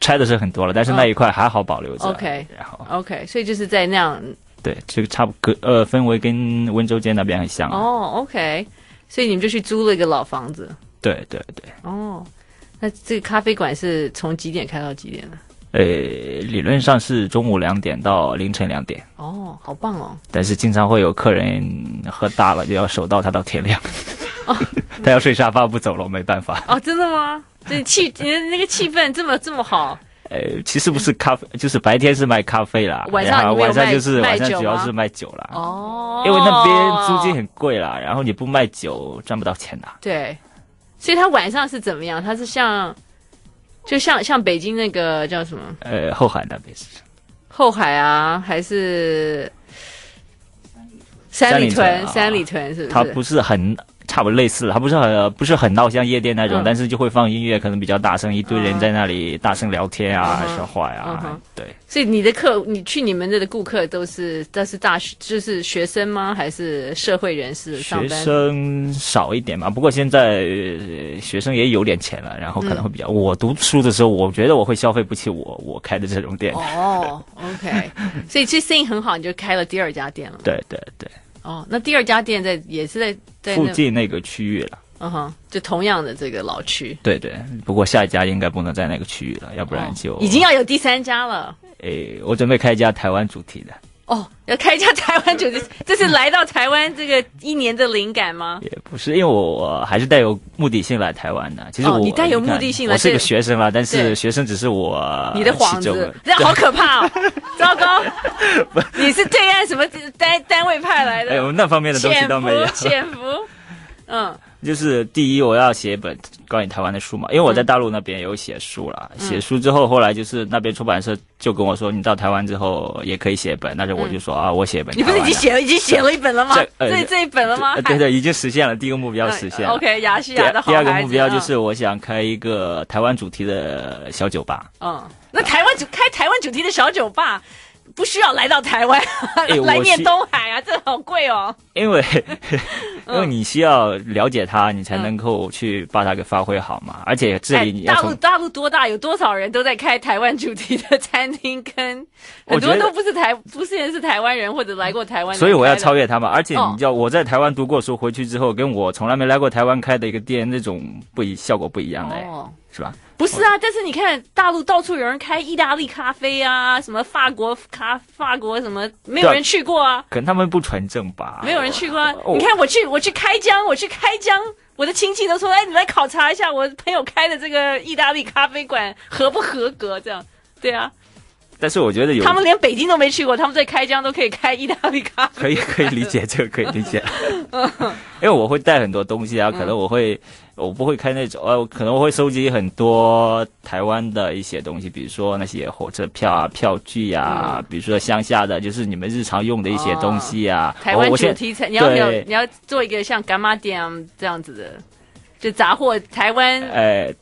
[SPEAKER 3] 拆的是很多了，但是
[SPEAKER 2] 嗯
[SPEAKER 3] 那一块还好保留着。
[SPEAKER 2] OK
[SPEAKER 3] 然后
[SPEAKER 2] ？OK，所以就是在那样
[SPEAKER 3] 对，这个差不多，呃，氛围跟温州街那边很像。，啊
[SPEAKER 2] 哦，OK，所以你们就去租了一个老房子
[SPEAKER 3] 对对对，
[SPEAKER 2] 哦。那这个咖啡馆是从几点开到几点呢？
[SPEAKER 3] 呃，理论上是中午两点到凌晨两点，
[SPEAKER 2] 哦，好棒哦！
[SPEAKER 3] 但是经常会有客人喝大了，就要守到他到天亮。 (laughs) 他要睡沙发不走了，没办法。
[SPEAKER 2] 哦，真的吗？这气， (laughs) 你的那个气氛这么这么
[SPEAKER 3] (laughs)
[SPEAKER 2] 好，
[SPEAKER 3] 呃，其实不是咖啡，就是白天是卖咖啡啦，
[SPEAKER 2] 晚上
[SPEAKER 3] 然
[SPEAKER 2] 你
[SPEAKER 3] 后
[SPEAKER 2] 没有
[SPEAKER 3] 晚上
[SPEAKER 2] 卖
[SPEAKER 3] 就是
[SPEAKER 2] 卖
[SPEAKER 3] 晚上
[SPEAKER 2] 酒
[SPEAKER 3] 主要
[SPEAKER 2] 吗
[SPEAKER 3] 是卖酒啦。
[SPEAKER 2] 哦，
[SPEAKER 3] 因为那边租金很贵啦，然后你不卖酒赚不到钱的。
[SPEAKER 2] 对，所以他晚上是怎么样？他是像，就像像北京那个叫什么
[SPEAKER 3] 呃，后海那边是
[SPEAKER 2] 后海啊，还是三里
[SPEAKER 3] 三里
[SPEAKER 2] 屯？
[SPEAKER 3] 屯啊
[SPEAKER 2] 三里屯是
[SPEAKER 3] 它
[SPEAKER 2] 不是？
[SPEAKER 3] 不是很差不多类似了，它不是很不是很闹，像夜店那
[SPEAKER 2] 嗯
[SPEAKER 3] 种，但是就会放音乐，可能比较大声，一堆人在那里大声聊天啊、
[SPEAKER 2] 嗯哼
[SPEAKER 3] 说话呀、
[SPEAKER 2] 嗯哼
[SPEAKER 3] 对，
[SPEAKER 2] 所以你的客，你去你们那的顾客都是都是大学，就是学生吗？还是社会人士上
[SPEAKER 3] 学
[SPEAKER 2] 班？
[SPEAKER 3] 生少一点嘛。不过现在、呃学生也有点钱了，然后可能会比较。我读书的时候，我觉得我会消费不起我我开的这种店。
[SPEAKER 2] 哦，OK，所以这生意很好，你就开了第二家店了嘛。
[SPEAKER 3] 对对对，
[SPEAKER 2] 哦，那第二家店在也是在在
[SPEAKER 3] 附
[SPEAKER 2] 那，
[SPEAKER 3] 近那个区域了。
[SPEAKER 2] 嗯哼，就同样的这个老区，
[SPEAKER 3] 对对，不过下一家应该不能在那个区域了，要不然就、
[SPEAKER 2] 哦已经要有第三家了。
[SPEAKER 3] 诶，我准备开一家台湾主题的，
[SPEAKER 2] 哦，要开一家台湾
[SPEAKER 3] (laughs)
[SPEAKER 2] 酒店，这是来到台湾这个一年的灵感吗？
[SPEAKER 3] 也不是，因为我我还是带有目的性来台湾的。其实
[SPEAKER 2] 哦
[SPEAKER 3] 我、
[SPEAKER 2] 你带有
[SPEAKER 3] 看
[SPEAKER 2] 目的性来
[SPEAKER 3] 我是
[SPEAKER 2] 这
[SPEAKER 3] 个学生啦，但是
[SPEAKER 2] 对
[SPEAKER 3] 学生只是我
[SPEAKER 2] 你的幌
[SPEAKER 3] 呃其中
[SPEAKER 2] 子，这样
[SPEAKER 3] (laughs)
[SPEAKER 2] 好可怕哦！糟糕，你是对岸什么单单位派来
[SPEAKER 3] 哎
[SPEAKER 2] 的？
[SPEAKER 3] 呦，那方面的东西
[SPEAKER 2] 潜
[SPEAKER 3] 倒没有
[SPEAKER 2] 伏，。潜伏，嗯，
[SPEAKER 3] (laughs) 就是第一，我要写一本关于台湾的书嘛，因为我在
[SPEAKER 2] 嗯
[SPEAKER 3] 大陆那边有写书啦。写书之后，后来就是那边出版社就跟我说，你到台湾之后也可以写一本，那时候我就说、啊，我写一本
[SPEAKER 2] 嗯
[SPEAKER 3] 台
[SPEAKER 2] 你不
[SPEAKER 3] 湾
[SPEAKER 2] 是
[SPEAKER 3] 的。
[SPEAKER 2] 已经写了，已经写了一本了吗
[SPEAKER 3] 这？呃
[SPEAKER 2] 这这一本了吗
[SPEAKER 3] 呃？对对，已经实现了第一个目标，
[SPEAKER 2] 还，
[SPEAKER 3] 实现
[SPEAKER 2] 呃
[SPEAKER 3] 了。
[SPEAKER 2] OK，雅西
[SPEAKER 3] 第
[SPEAKER 2] 亚
[SPEAKER 3] 二
[SPEAKER 2] 的好
[SPEAKER 3] 第二个
[SPEAKER 2] 孩
[SPEAKER 3] 目
[SPEAKER 2] 子啊
[SPEAKER 3] 标就是我想开一个台湾主题的小酒吧。
[SPEAKER 2] 嗯，嗯那台湾主开台湾主题的小酒吧。不需要来到台湾，
[SPEAKER 3] 哎
[SPEAKER 2] (laughs)
[SPEAKER 3] 我
[SPEAKER 2] 来念
[SPEAKER 3] 是
[SPEAKER 2] 东海啊，这好贵哦。
[SPEAKER 3] 因为
[SPEAKER 2] 嗯
[SPEAKER 3] (laughs) 因为你需要了解它，你才能够去把它给发挥好嘛。而且这里你要
[SPEAKER 2] 哎大
[SPEAKER 3] 从
[SPEAKER 2] 陆大陆多大？有多少人都在开台湾主题的餐厅？跟很
[SPEAKER 3] 我觉
[SPEAKER 2] 多
[SPEAKER 3] 得
[SPEAKER 2] 都不是台，不是人是台湾人或者来过台湾的人开的。
[SPEAKER 3] 所以我要超越他嘛。而且
[SPEAKER 2] 哦
[SPEAKER 3] 你知道，我在台湾读过书，回去之后跟我从来没来过台湾开的一个店，那种不一效果不一样的，
[SPEAKER 2] 哦。
[SPEAKER 3] 是吧？
[SPEAKER 2] 不是啊，但是你看大陆到处有人开意大利咖啡啊，什么法国咖，法国什么，没有
[SPEAKER 3] 对啊
[SPEAKER 2] 人去过啊，
[SPEAKER 3] 可能他们不纯正吧？
[SPEAKER 2] 没有人去过啊。
[SPEAKER 3] 哦
[SPEAKER 2] 你看我去，我去开江，我去开江，我的亲戚都说，哎，你来考察一下我朋友开的这个意大利咖啡馆合不合格？这样，对啊，
[SPEAKER 3] 但是我觉得有
[SPEAKER 2] 他们连北京都没去过，他们在开江都可以开意大利咖啡。
[SPEAKER 3] 可以
[SPEAKER 2] (laughs)
[SPEAKER 3] 可以理解，这个可以理解。 (laughs) 因为我会带很多东西啊，可能我会、我不会开那种，呃，我可能我会收集很多台湾的一些东西，比如说那些火车票啊、票据啊，
[SPEAKER 2] 嗯
[SPEAKER 3] 比如说乡下的就是你们日常用的一些东西啊。
[SPEAKER 2] 哦台湾
[SPEAKER 3] 我我
[SPEAKER 2] 主
[SPEAKER 3] 现
[SPEAKER 2] 题餐，你要你要
[SPEAKER 3] 对
[SPEAKER 2] 你要做一个像干妈店这样子的，就杂货台湾
[SPEAKER 3] 呃，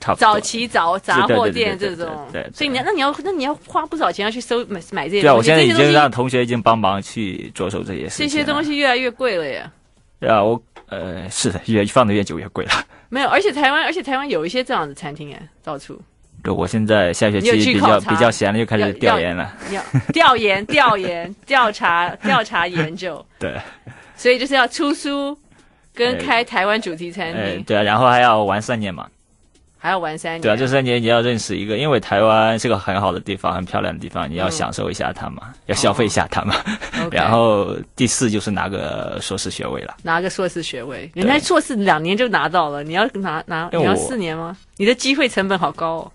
[SPEAKER 3] 差不多
[SPEAKER 2] 早期早杂货店
[SPEAKER 3] 哦对
[SPEAKER 2] 这
[SPEAKER 3] 对对
[SPEAKER 2] 种
[SPEAKER 3] 对对对，
[SPEAKER 2] 所以你那你要那你要花不少钱要去收买买这些东西，
[SPEAKER 3] 对啊，我现在已
[SPEAKER 2] 这些
[SPEAKER 3] 经
[SPEAKER 2] 东
[SPEAKER 3] 让
[SPEAKER 2] 西
[SPEAKER 3] 同学已经帮忙去着手这些事情
[SPEAKER 2] 这
[SPEAKER 3] 了。
[SPEAKER 2] 些东西越来越贵了耶。
[SPEAKER 3] 对啊，我呃是的，越放的越久越贵了。
[SPEAKER 2] 没有，而且台湾，而且台湾有一些这样的餐厅哎，到处
[SPEAKER 3] 对，我现在下学
[SPEAKER 2] 你有去
[SPEAKER 3] 期比
[SPEAKER 2] 考
[SPEAKER 3] 较
[SPEAKER 2] 察
[SPEAKER 3] 比较闲了，又开
[SPEAKER 2] 要
[SPEAKER 3] 始调
[SPEAKER 2] 要
[SPEAKER 3] 研了。
[SPEAKER 2] 你
[SPEAKER 3] (laughs)
[SPEAKER 2] 要调研、调研、调查、调查研究，
[SPEAKER 3] (laughs) 对。
[SPEAKER 2] (laughs) 所以就是要出书，跟
[SPEAKER 3] 哎
[SPEAKER 2] 开台湾主题餐
[SPEAKER 3] 呃，
[SPEAKER 2] 厅，
[SPEAKER 3] 对啊，然后还要玩三年嘛，
[SPEAKER 2] 还要玩三年。
[SPEAKER 3] 对啊，这三年你要认识一个，因为台湾是个很好的地方，很漂亮的地方，你要享受一下它嘛，要消费一下它嘛。
[SPEAKER 2] 嗯哦 OK
[SPEAKER 3] 然后第四就是拿个硕士学位了，
[SPEAKER 2] 拿个硕士学位，人家硕士两年就拿到了，你要拿拿
[SPEAKER 3] 因为
[SPEAKER 2] 你要
[SPEAKER 3] 我
[SPEAKER 2] 四年吗？你的机会成本好高哦。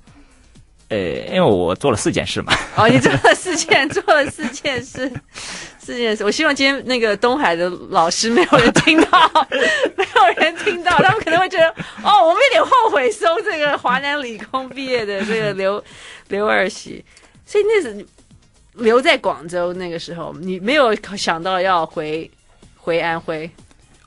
[SPEAKER 3] 呃，因为我做了四件事嘛， (laughs)
[SPEAKER 2] 哦，你做了四件， (laughs) 做了四件事，四件事。我希望今天那个东海的老师没有人听到， (laughs) 没有人听到，他们可能会觉得，哦，我们有点后悔收这个华南理工毕业的这个刘刘二喜，所以那是留在广州那个时候，你没有想到要回回安徽，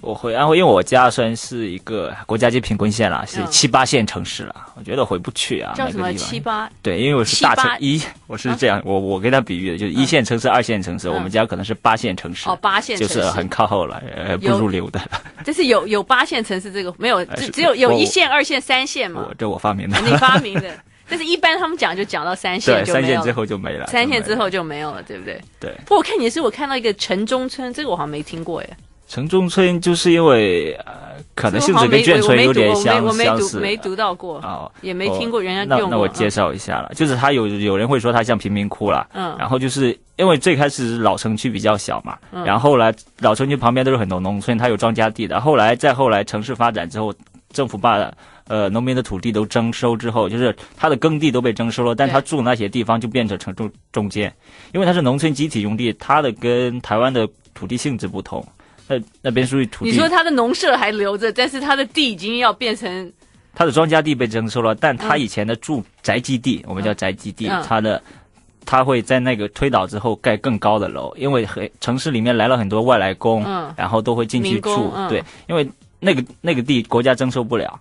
[SPEAKER 3] 我回安徽，因为我家算是一个国家级贫困县啦，是
[SPEAKER 2] 嗯
[SPEAKER 3] 七八线城市啦，我觉得回不去啊，
[SPEAKER 2] 叫
[SPEAKER 3] 那
[SPEAKER 2] 什
[SPEAKER 3] 个
[SPEAKER 2] 么
[SPEAKER 3] 地方
[SPEAKER 2] 七八
[SPEAKER 3] 对，因为我是
[SPEAKER 2] 七
[SPEAKER 3] 大
[SPEAKER 2] 八啊嗯
[SPEAKER 3] 城一，我是这样，我我跟他比喻的，就是一线城市、二线城市，我们家可能是八线城市，
[SPEAKER 2] 哦八线城
[SPEAKER 3] 就
[SPEAKER 2] 市，
[SPEAKER 3] 是很靠后了，呃，不
[SPEAKER 2] 有
[SPEAKER 3] 入流的， (laughs)
[SPEAKER 2] 但是有有八线城市这个没有，
[SPEAKER 3] 哎
[SPEAKER 2] 只
[SPEAKER 3] 是
[SPEAKER 2] 只有有
[SPEAKER 3] 我
[SPEAKER 2] 一线、二线、三线嘛
[SPEAKER 3] 我，这我发明的，
[SPEAKER 2] 你发明的。 (laughs) 但是一般他们讲就讲到三线
[SPEAKER 3] (laughs) 对，
[SPEAKER 2] 就
[SPEAKER 3] 三
[SPEAKER 2] 没有
[SPEAKER 3] 线
[SPEAKER 2] 了
[SPEAKER 3] 之后就没了，
[SPEAKER 2] 三线之
[SPEAKER 3] 就没了
[SPEAKER 2] 后就没有了，对不对？
[SPEAKER 3] 对。
[SPEAKER 2] 不过我看你是我看到一个城中村，这个我好像没听过耶，
[SPEAKER 3] 城中村就是因为呃，可能
[SPEAKER 2] 这
[SPEAKER 3] 性
[SPEAKER 2] 个我好
[SPEAKER 3] 质
[SPEAKER 2] 像没
[SPEAKER 3] 跟眷
[SPEAKER 2] 我
[SPEAKER 3] 村
[SPEAKER 2] 没
[SPEAKER 3] 有
[SPEAKER 2] 读
[SPEAKER 3] 点
[SPEAKER 2] 我没
[SPEAKER 3] 相
[SPEAKER 2] 我没
[SPEAKER 3] 相
[SPEAKER 2] 读
[SPEAKER 3] 似。
[SPEAKER 2] 没读到过，
[SPEAKER 3] 哦，
[SPEAKER 2] 也没听过人家
[SPEAKER 3] 那
[SPEAKER 2] 用过啊
[SPEAKER 3] 那我介绍一下了，就是它有有人会说它像贫民窟啦，
[SPEAKER 2] 嗯
[SPEAKER 3] 然后就是因为最开始老城区比较小嘛，
[SPEAKER 2] 嗯
[SPEAKER 3] 然后后来老城区旁边都是很多农村，它有庄稼地的，后来再后来城市发展之后，政府把呃农民的土地都征收之后，就是他的耕地都被征收了，但
[SPEAKER 2] 对
[SPEAKER 3] 他住那些地方就变成城中中间，因为它是农村集体用地，它的跟台湾的土地性质不同。那那边属于土地，
[SPEAKER 2] 你说他的农舍还留着，但是他的地已经要变成
[SPEAKER 3] 他的庄稼地被征收了，但他
[SPEAKER 2] 嗯
[SPEAKER 3] 以前的住宅基地，我们叫宅基地
[SPEAKER 2] 嗯，
[SPEAKER 3] 他的他会在那个推倒之后盖更高的楼，因为很城市里面来了很多外来工，
[SPEAKER 2] 嗯
[SPEAKER 3] 然后都会进去
[SPEAKER 2] 民工
[SPEAKER 3] 住，
[SPEAKER 2] 嗯
[SPEAKER 3] 对，因为那个那个地国家征收不了，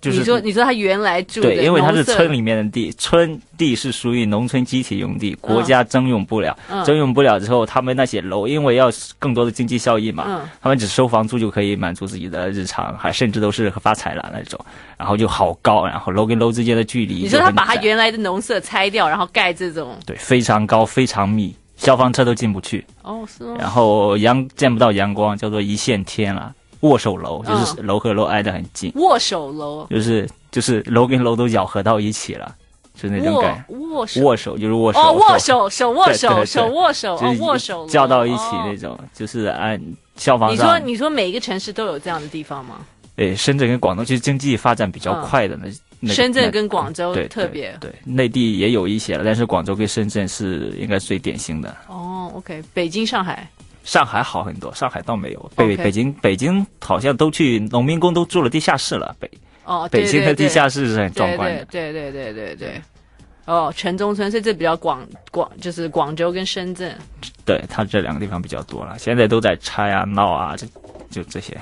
[SPEAKER 3] 就是
[SPEAKER 2] 你说你说他原来住的
[SPEAKER 3] 对，因为它是
[SPEAKER 2] 农舍
[SPEAKER 3] 村里面的地，村地是属于农村集体用地，国
[SPEAKER 2] 嗯
[SPEAKER 3] 家征用不了，
[SPEAKER 2] 嗯
[SPEAKER 3] 征用不了之后，他们那些楼因为要更多的经济效益嘛，
[SPEAKER 2] 嗯
[SPEAKER 3] 他们只收房租就可以满足自己的日常，还甚至都是发财了那种，然后就好高，然后楼跟楼之间的距离，
[SPEAKER 2] 你说他把他原来的农舍拆掉，然后盖这种
[SPEAKER 3] 对非常高，非常密，消防车都进不去，
[SPEAKER 2] 哦是吗？
[SPEAKER 3] 然后阳见不到阳光，叫做一线天了，握手楼就是
[SPEAKER 2] 嗯
[SPEAKER 3] 楼和楼挨得很近，
[SPEAKER 2] 握手楼，
[SPEAKER 3] 就是就是楼跟楼都咬合到一起了，就那种
[SPEAKER 2] 握
[SPEAKER 3] 感。
[SPEAKER 2] 握手
[SPEAKER 3] 握手就是握手，
[SPEAKER 2] 哦，握手，手握手，
[SPEAKER 3] 对对对
[SPEAKER 2] 手握手，
[SPEAKER 3] 就
[SPEAKER 2] 哦
[SPEAKER 3] 是，
[SPEAKER 2] 握手，
[SPEAKER 3] 叫到一起那
[SPEAKER 2] 哦。
[SPEAKER 3] 种，就是按消防
[SPEAKER 2] 你说，
[SPEAKER 3] 上，
[SPEAKER 2] 你说每一个城市都有这样的地方吗？
[SPEAKER 3] 对深圳跟广东其实经济发展比较快的那那个
[SPEAKER 2] 嗯深圳
[SPEAKER 3] 那
[SPEAKER 2] 跟广州
[SPEAKER 3] 对
[SPEAKER 2] 特别
[SPEAKER 3] 对对内地也有一些了，但是广州跟深圳是应该最典型的。
[SPEAKER 2] 哦，OK，北京、上海，
[SPEAKER 3] 上海好很多，上海倒没有。北
[SPEAKER 2] OK
[SPEAKER 3] 北京北京好像都去农民工都住了地下室了，北
[SPEAKER 2] 哦，对
[SPEAKER 3] 北京的地下室是很壮
[SPEAKER 2] 对
[SPEAKER 3] 观的。
[SPEAKER 2] 对对对对对对。哦，城中村，所以这比较广广，就是广州跟深圳。
[SPEAKER 3] 对它这两个地方比较多了，现在都在拆啊、闹啊，这就这些。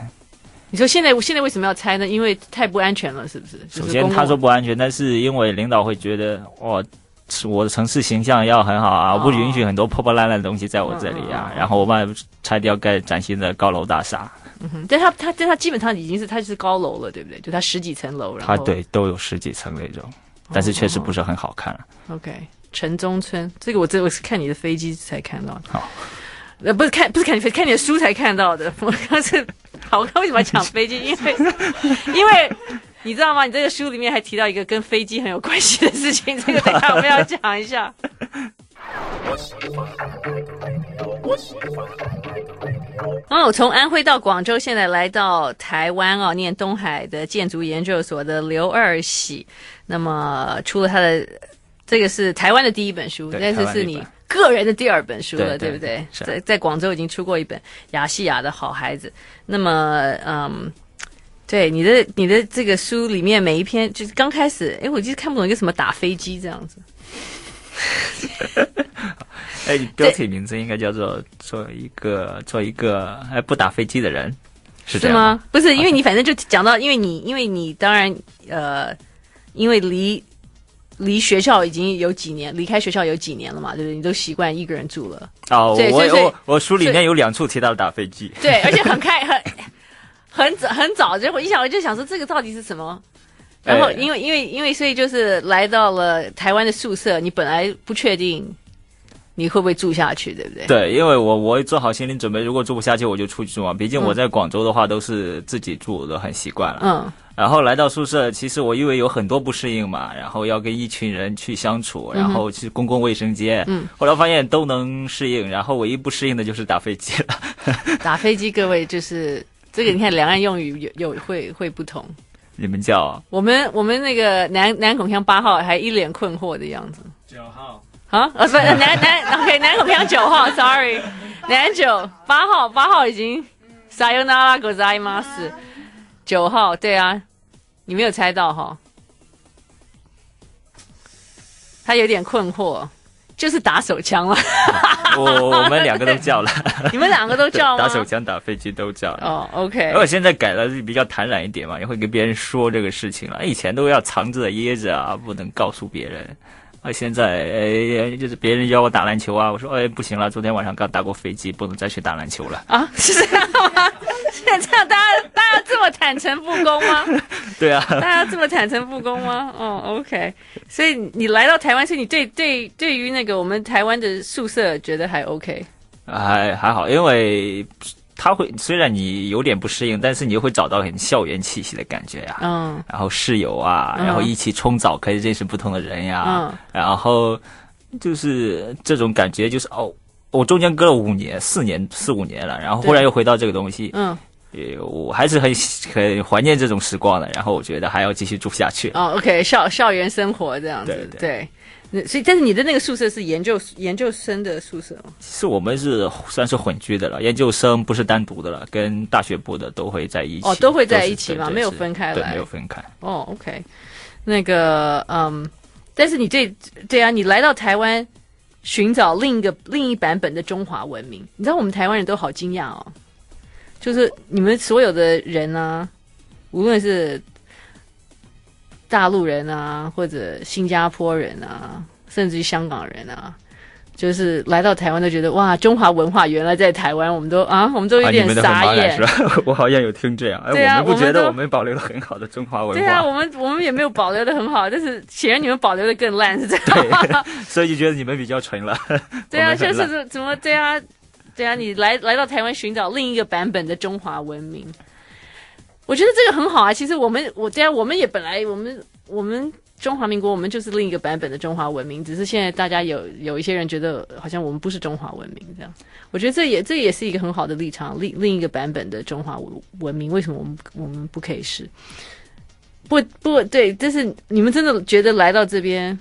[SPEAKER 2] 你说现在现在为什么要拆呢？因为太不安全了，是不是？就是
[SPEAKER 3] 首先
[SPEAKER 2] 公共
[SPEAKER 3] 他说不安全，但是因为领导会觉得哇，是我的城市形象要很好啊，
[SPEAKER 2] 哦
[SPEAKER 3] 不允许很多破破烂烂的东西在我这里啊
[SPEAKER 2] 嗯嗯。嗯
[SPEAKER 3] 然后我把拆掉盖崭新的高楼大厦，
[SPEAKER 2] 嗯但它它但它基本上已经是它就是高楼了，对不对？就它十几层楼，然后
[SPEAKER 3] 它对都有十几层那种，但是确实不是很好看啊了。
[SPEAKER 2] OK，城中村这个我这我是看你的飞机才看到的，
[SPEAKER 3] 好，
[SPEAKER 2] 呃不是看不是看你飞看你的书才看到的，我刚是好我刚为什么要讲飞机？因
[SPEAKER 3] (laughs)
[SPEAKER 2] 为因为你知道吗？你这个书里面还提到一个跟飞机很有关系的事情，这个等一下我们要讲一
[SPEAKER 3] (laughs)
[SPEAKER 2] 下。哦，从安徽到广州，现在来到台湾哦，念东海的建筑研究所的刘二喜，那么出了他的这个是台湾的第一本书，
[SPEAKER 3] 对
[SPEAKER 2] 但是
[SPEAKER 3] 台湾
[SPEAKER 2] 是
[SPEAKER 3] 的一
[SPEAKER 2] 你
[SPEAKER 3] 本
[SPEAKER 2] 个人的第二本书了，
[SPEAKER 3] 对
[SPEAKER 2] 不
[SPEAKER 3] 对
[SPEAKER 2] 对？
[SPEAKER 3] 是
[SPEAKER 2] 在在广州已经出过一本《雅西亚的好孩子》，那么嗯。对你的你的这个书里面每一篇就是刚开始，哎，我就是看不懂一个什么打飞机这样子，
[SPEAKER 3] 哎，你标题名字应该叫做“做一个做一个哎不打飞机的人”，是这
[SPEAKER 2] 是
[SPEAKER 3] 样
[SPEAKER 2] 吗？不是，因
[SPEAKER 3] (laughs)
[SPEAKER 2] 为你反正就讲到，因为你因为你当然呃，因为离离学校已经有几年，离开学校有几年了嘛，对不对？你都习惯一个人住了，
[SPEAKER 3] 哦，
[SPEAKER 2] 对
[SPEAKER 3] 我
[SPEAKER 2] 所以所以
[SPEAKER 3] 我我书里
[SPEAKER 2] 所
[SPEAKER 3] 面
[SPEAKER 2] 以
[SPEAKER 3] 有两处提到了打飞机。
[SPEAKER 2] (laughs) 对，而且很开很很早很早，就我一想我就想说这个到底是什么？然后
[SPEAKER 3] 哎
[SPEAKER 2] 因为因为因为所以就是来到了台湾的宿舍，你本来不确定你会不会住下去，对不对？
[SPEAKER 3] 对，因为我我做好心理准备，如果住不下去我就出去住嘛。毕竟我在广州的话都是自己住的，很习惯了。
[SPEAKER 2] 嗯，
[SPEAKER 3] 然后来到宿舍，其实我因为有很多不适应嘛，然后要跟一群人去相处，
[SPEAKER 2] 嗯
[SPEAKER 3] 然后去公共卫生间。嗯，后来发现都能适应，然后唯一不适应的就是打飞机了。
[SPEAKER 2] 打飞机，各位就是这个，你看两岸用语有有会会不同。
[SPEAKER 3] 你们叫啊
[SPEAKER 2] 我们我们那个南南孔锵八号还一脸困惑的样子
[SPEAKER 3] 九号。
[SPEAKER 2] 啊，呃、不是南南 OK 南孔锵九号，sorry，南九八号八号已经 sayonara g o z a i m a s 九号对啊，你没有猜到哈，他有点困惑，就是打手枪
[SPEAKER 3] (laughs)
[SPEAKER 2] 了，
[SPEAKER 3] 我我们两个都叫了，
[SPEAKER 2] 你们两个都 (laughs) 叫吗？
[SPEAKER 3] 打手枪、呃打飞机都叫了。
[SPEAKER 2] 哦，OK，
[SPEAKER 3] 而我现在改了，比较坦然一点嘛，也会跟别人说这个事情了。哎以前都要藏着掖着啊，不能告诉别人。啊，现在哎，就是别人邀我打篮球啊，我说哎不行了，昨天晚上刚打过飞机，不能再去打篮球了。 (laughs)
[SPEAKER 2] 啊，是这样吗？ (laughs) 是这样，大家大家这么坦诚不公吗？
[SPEAKER 3] 对啊，
[SPEAKER 2] 大家这么坦诚不公吗？哦，OK，所以你来到台湾，所以你对对对于那个我们台湾的宿舍觉得还 OK，
[SPEAKER 3] 哎还还好，因为他会虽然你有点不适应，但是你会找到很校园气息的感觉啊呀、
[SPEAKER 2] 嗯
[SPEAKER 3] 然后室友啊，
[SPEAKER 2] 嗯
[SPEAKER 3] 然后一起冲澡可以认识不同的人呀、
[SPEAKER 2] 嗯
[SPEAKER 3] 然后就是这种感觉，就是哦，我中间隔了五年、四年、四五年了，然后忽然又回到这个东西，
[SPEAKER 2] 嗯，
[SPEAKER 3] 呃我还是很很怀念这种时光的。然后我觉得还要继续住下去。
[SPEAKER 2] 哦，OK，校校园生活这样子，
[SPEAKER 3] 对对
[SPEAKER 2] 那所以，但是你的那个宿舍是研究研究生的宿舍吗？
[SPEAKER 3] 其实我们是算是混居的了，研究生不是单独的了，跟大学部的都会在一起。
[SPEAKER 2] 哦都会在
[SPEAKER 3] 是
[SPEAKER 2] 一起嘛
[SPEAKER 3] 对对
[SPEAKER 2] 没有
[SPEAKER 3] 是
[SPEAKER 2] 分开
[SPEAKER 3] 对，
[SPEAKER 2] 来
[SPEAKER 3] 没有分开。
[SPEAKER 2] 哦，OK，那个嗯，但是你对对啊，你来到台湾寻找另一个另一版本的中华文明，你知道我们台湾人都好惊讶哦，就是你们所有的人啊，无论是大陆人啊，或者新加坡人啊，甚至于香港人啊。就是来到台湾都觉得哇，中华文化原来在台湾，我们都啊，我们都有
[SPEAKER 3] 啊，你
[SPEAKER 2] 点
[SPEAKER 3] 们都很
[SPEAKER 2] 傻
[SPEAKER 3] 茫
[SPEAKER 2] 眼，
[SPEAKER 3] 然是吧？ (laughs) 我好像有听这样，哎，
[SPEAKER 2] 对啊
[SPEAKER 3] 我们
[SPEAKER 2] 我
[SPEAKER 3] 不
[SPEAKER 2] 们
[SPEAKER 3] 觉
[SPEAKER 2] 都
[SPEAKER 3] 得我们保留了很好的中华文化，
[SPEAKER 2] 对啊，我们我们也没有保留的很好，但是显然你们保留的更烂，是这样吗？
[SPEAKER 3] 所以就觉得你们比较纯了。
[SPEAKER 2] (laughs) 对啊，
[SPEAKER 3] 我们很
[SPEAKER 2] 就
[SPEAKER 3] 烂
[SPEAKER 2] 是怎怎么对啊，对啊，你来来到台湾寻找另一个版本的中华文明，我觉得这个很好啊。其实我们我对啊，我们也本来我们我们中华民国，我们就是另一个版本的中华文明，只是现在大家有有一些人觉得好像我们不是中华文明这样。我觉得这也这也是一个很好的立场，另另一个版本的中华文文明，为什么我们我们不可以是？不不对，但是你们真的觉得来到这边，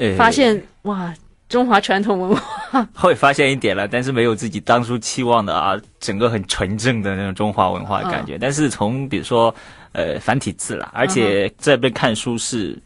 [SPEAKER 3] 哎
[SPEAKER 2] 发现哇，中华传统文化
[SPEAKER 3] 会发现一点了，但是没有自己当初期望的啊，整个很纯正的那种中华文化的感
[SPEAKER 2] 嗯
[SPEAKER 3] 觉。但是从比如说呃繁体字啦，而且这边看书是呃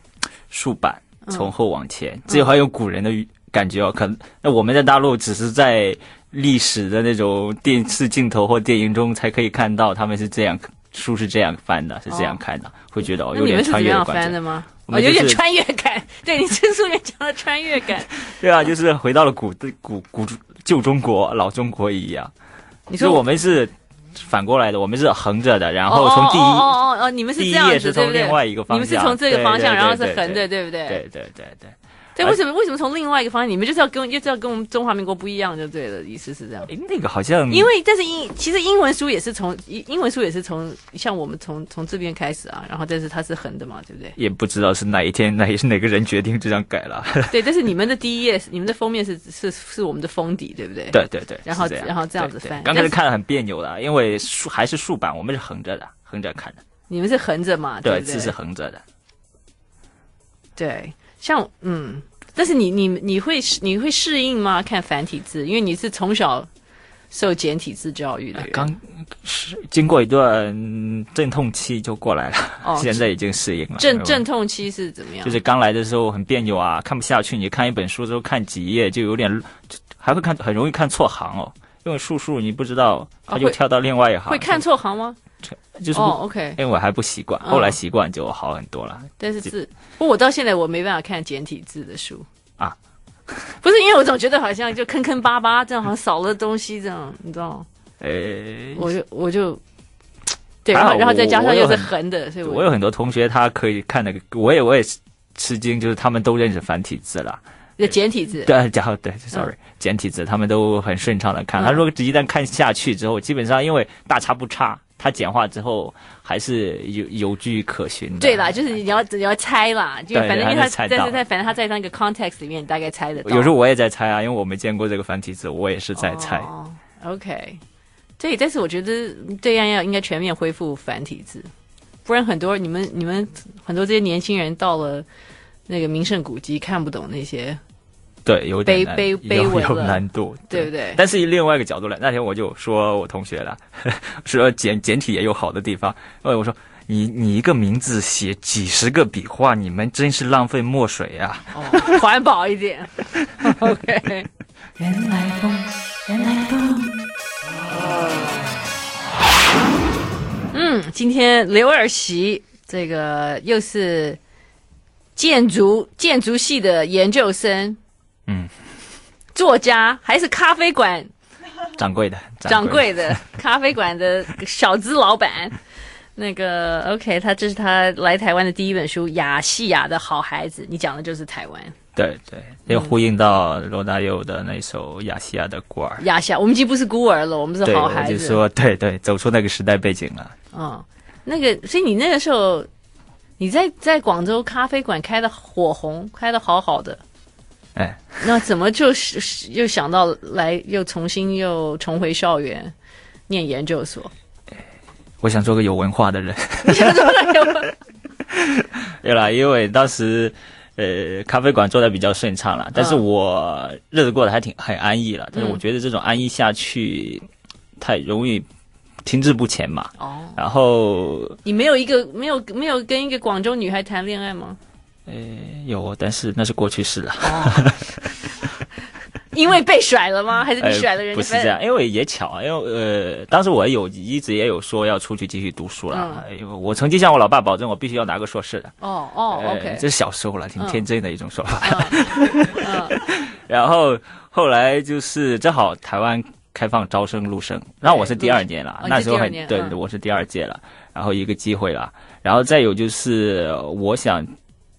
[SPEAKER 3] 竖版，从后往
[SPEAKER 2] 嗯
[SPEAKER 3] 前，这还有古人的语感觉哦。可能那我们在大陆只是在历史的那种电视镜头或电影中才可以看到他们是这样。书是这样翻的，是这样看的，会觉得哦，
[SPEAKER 2] 那
[SPEAKER 3] 有
[SPEAKER 2] 你
[SPEAKER 3] 点
[SPEAKER 2] 们是
[SPEAKER 3] 穿
[SPEAKER 2] 怎
[SPEAKER 3] 越
[SPEAKER 2] 样
[SPEAKER 3] 的观
[SPEAKER 2] 翻
[SPEAKER 3] 点
[SPEAKER 2] 的吗？
[SPEAKER 3] 我
[SPEAKER 2] 哦，
[SPEAKER 3] 们就
[SPEAKER 2] 有点
[SPEAKER 3] 是
[SPEAKER 2] 这穿越感， (laughs) 对你这素面讲的穿越感。
[SPEAKER 3] 对啊，就是回到了古古古旧中国、老中国一样。
[SPEAKER 2] 你
[SPEAKER 3] 就
[SPEAKER 2] 说
[SPEAKER 3] 我们是反过来的，我们是横着的，然
[SPEAKER 2] 哦
[SPEAKER 3] 后从第一、
[SPEAKER 2] 哦哦哦哦哦，你们是
[SPEAKER 3] 第
[SPEAKER 2] 这
[SPEAKER 3] 一
[SPEAKER 2] 样
[SPEAKER 3] 页
[SPEAKER 2] 子对
[SPEAKER 3] 是
[SPEAKER 2] 不
[SPEAKER 3] 从
[SPEAKER 2] 对？
[SPEAKER 3] 另外一个方
[SPEAKER 2] 你们
[SPEAKER 3] 向，
[SPEAKER 2] 是从这个方向，
[SPEAKER 3] 对对对
[SPEAKER 2] 然后是
[SPEAKER 3] 对
[SPEAKER 2] 横的，
[SPEAKER 3] 对
[SPEAKER 2] 对不对？
[SPEAKER 3] 对对对对。
[SPEAKER 2] 对，为什么为什么从另外一个方向，你们就是要跟就是要跟我们中华民国不一样就对了，意思是这样。
[SPEAKER 3] 诶那个好像？
[SPEAKER 2] 因为但是英其实英文书也是从英英文书也是从像我们从从这边开始啊，然后但是它是横的嘛，对不对
[SPEAKER 3] (laughs) 也不知道是哪一天哪哪个人决定这样改了。
[SPEAKER 2] 对，但是你们的第一页，你们的封面是是是我们的封底，对不对？
[SPEAKER 3] 对对对。
[SPEAKER 2] 然后
[SPEAKER 3] 是样
[SPEAKER 2] 然后这样子
[SPEAKER 3] 对对
[SPEAKER 2] 翻
[SPEAKER 3] 刚
[SPEAKER 2] 但
[SPEAKER 3] 开
[SPEAKER 2] 是
[SPEAKER 3] 始看了很别扭的，因为竖还是竖版，我们是横着的，横着看的。
[SPEAKER 2] 你们是横着嘛，
[SPEAKER 3] 对，
[SPEAKER 2] 不
[SPEAKER 3] 字
[SPEAKER 2] 对？
[SPEAKER 3] 是横着的。
[SPEAKER 2] 对，像嗯，但是你你你会适你会适应吗？看繁体字，因为你是从小受简体字教育的人，
[SPEAKER 3] 啊刚是经过一段阵痛期就过来了，
[SPEAKER 2] 哦
[SPEAKER 3] (laughs) 现在已经适应了。
[SPEAKER 2] 阵
[SPEAKER 3] 没问
[SPEAKER 2] 阵痛期是怎么样？
[SPEAKER 3] 就是刚来的时候很别扭啊，看不下去。你看一本书之后看几页就有点，还会看很容易看错行哦，因为数数你不知道，它就
[SPEAKER 2] 啊会
[SPEAKER 3] 跳到另外一行，
[SPEAKER 2] 会看错行吗？
[SPEAKER 3] 就是不
[SPEAKER 2] 哦，OK，
[SPEAKER 3] 因为我还不习惯，
[SPEAKER 2] 嗯
[SPEAKER 3] 后来习惯就好很多了。
[SPEAKER 2] 但是字，不过我到现在我没办法看简体字的书
[SPEAKER 3] 啊，
[SPEAKER 2] (laughs) 不是因为我总觉得好像就坑坑巴巴，这样好像少了东西，这样你知道吗？
[SPEAKER 3] 呃，
[SPEAKER 2] 我就我就对，
[SPEAKER 3] 还
[SPEAKER 2] 然
[SPEAKER 3] 好
[SPEAKER 2] 后然后再加
[SPEAKER 3] 我
[SPEAKER 2] 上
[SPEAKER 3] 我有
[SPEAKER 2] 又是
[SPEAKER 3] 很
[SPEAKER 2] 横的，所以
[SPEAKER 3] 我有很多同学他可以看那个，我也我也吃惊，就是他们都认识繁体字了。
[SPEAKER 2] 有简体字，
[SPEAKER 3] 对，然后对，sorry，、简体字他们都很顺畅的看。他
[SPEAKER 2] 嗯
[SPEAKER 3] 说一旦看下去之后，基本上因为大差不差，它简化之后还是有有据可循的。
[SPEAKER 2] 对啦，就是你要你要猜啦，就
[SPEAKER 3] 对
[SPEAKER 2] 反正因为
[SPEAKER 3] 还
[SPEAKER 2] 他
[SPEAKER 3] 是猜
[SPEAKER 2] 但
[SPEAKER 3] 到
[SPEAKER 2] 是在反正他在那个 context 里面，你大概猜得到。
[SPEAKER 3] 有时候我也在猜啊，因为我没见过这个繁体字，我也是在猜。
[SPEAKER 2] 哦 OK，对，但是我觉得对岸要应该全面恢复繁体字，不然很多你们你们很多这些年轻人到了那个名胜古迹看不懂那些，
[SPEAKER 3] 对，有点难
[SPEAKER 2] 卑卑卑微
[SPEAKER 3] 有有
[SPEAKER 2] 了
[SPEAKER 3] 难度，
[SPEAKER 2] 对不对
[SPEAKER 3] 但是另外一个角度来，那天我就说我同学了， (laughs) 说简简体也有好的地方。呃，我说你你一个名字写几十个笔画，你们真是浪费墨水啊呀、
[SPEAKER 2] 哦，环保一点。OK，
[SPEAKER 1] 原来风，原来风。
[SPEAKER 2] 嗯，今天刘尔席这个又是建筑建筑系的研究生，
[SPEAKER 3] 嗯，
[SPEAKER 2] 作家还是咖啡馆
[SPEAKER 3] 掌柜的，
[SPEAKER 2] 掌柜
[SPEAKER 3] 柜
[SPEAKER 2] 的 (laughs) 咖啡馆的小资老板。那个 OK，他这是他来台湾的第一本书《雅西亚的好孩子》，你讲的就是台湾
[SPEAKER 3] 对对，
[SPEAKER 2] 嗯
[SPEAKER 3] 又呼应到罗大佑的那首《亚细亚的孤儿》。
[SPEAKER 2] 亚夏，我们已经不是孤儿了，我们是
[SPEAKER 3] 对，
[SPEAKER 2] 好
[SPEAKER 3] 我
[SPEAKER 2] 孩
[SPEAKER 3] 就
[SPEAKER 2] 子。
[SPEAKER 3] 说，对对，走出那个时代背景了。
[SPEAKER 2] 嗯，那个，所以你那个时候你在在广州咖啡馆开的火红，开的好好的，
[SPEAKER 3] 哎，
[SPEAKER 2] 那怎么就是是又想到来又重新又重回校园念研究
[SPEAKER 3] (laughs)
[SPEAKER 2] 所？
[SPEAKER 3] 我想做个有文化的人。对啦，因为当时呃咖啡馆做的比较顺畅了，但是
[SPEAKER 2] 嗯
[SPEAKER 3] 我日子过得还挺很安逸了。但是我
[SPEAKER 2] 嗯
[SPEAKER 3] 觉得这种安逸下去，太容易停滞不前嘛。
[SPEAKER 2] 哦，
[SPEAKER 3] 然后
[SPEAKER 2] 你没有一个没有没有跟一个广州女孩谈恋爱吗？
[SPEAKER 3] 有，哎但是那是过去式了。
[SPEAKER 2] 因为被甩了吗？还是你甩了人？
[SPEAKER 3] 哎不是这样，因为也巧啊，因为呃，当时我有一直也有说要出去继续读书了，
[SPEAKER 2] 嗯
[SPEAKER 3] 因为我曾经向我老爸保证，我必须要拿个硕士的。
[SPEAKER 2] 哦哦
[SPEAKER 3] 呃
[SPEAKER 2] ，OK，
[SPEAKER 3] 这是小时候了，挺天真的一种说法。
[SPEAKER 2] 嗯
[SPEAKER 3] 然后后来就是正好台湾开放招生陆生，然后我是第二年了
[SPEAKER 2] 哦，你是
[SPEAKER 3] 那时候很
[SPEAKER 2] 第二年
[SPEAKER 3] 对，
[SPEAKER 2] 嗯
[SPEAKER 3] 我是第二届了，然后一个机会了，然后再有就是呃我想。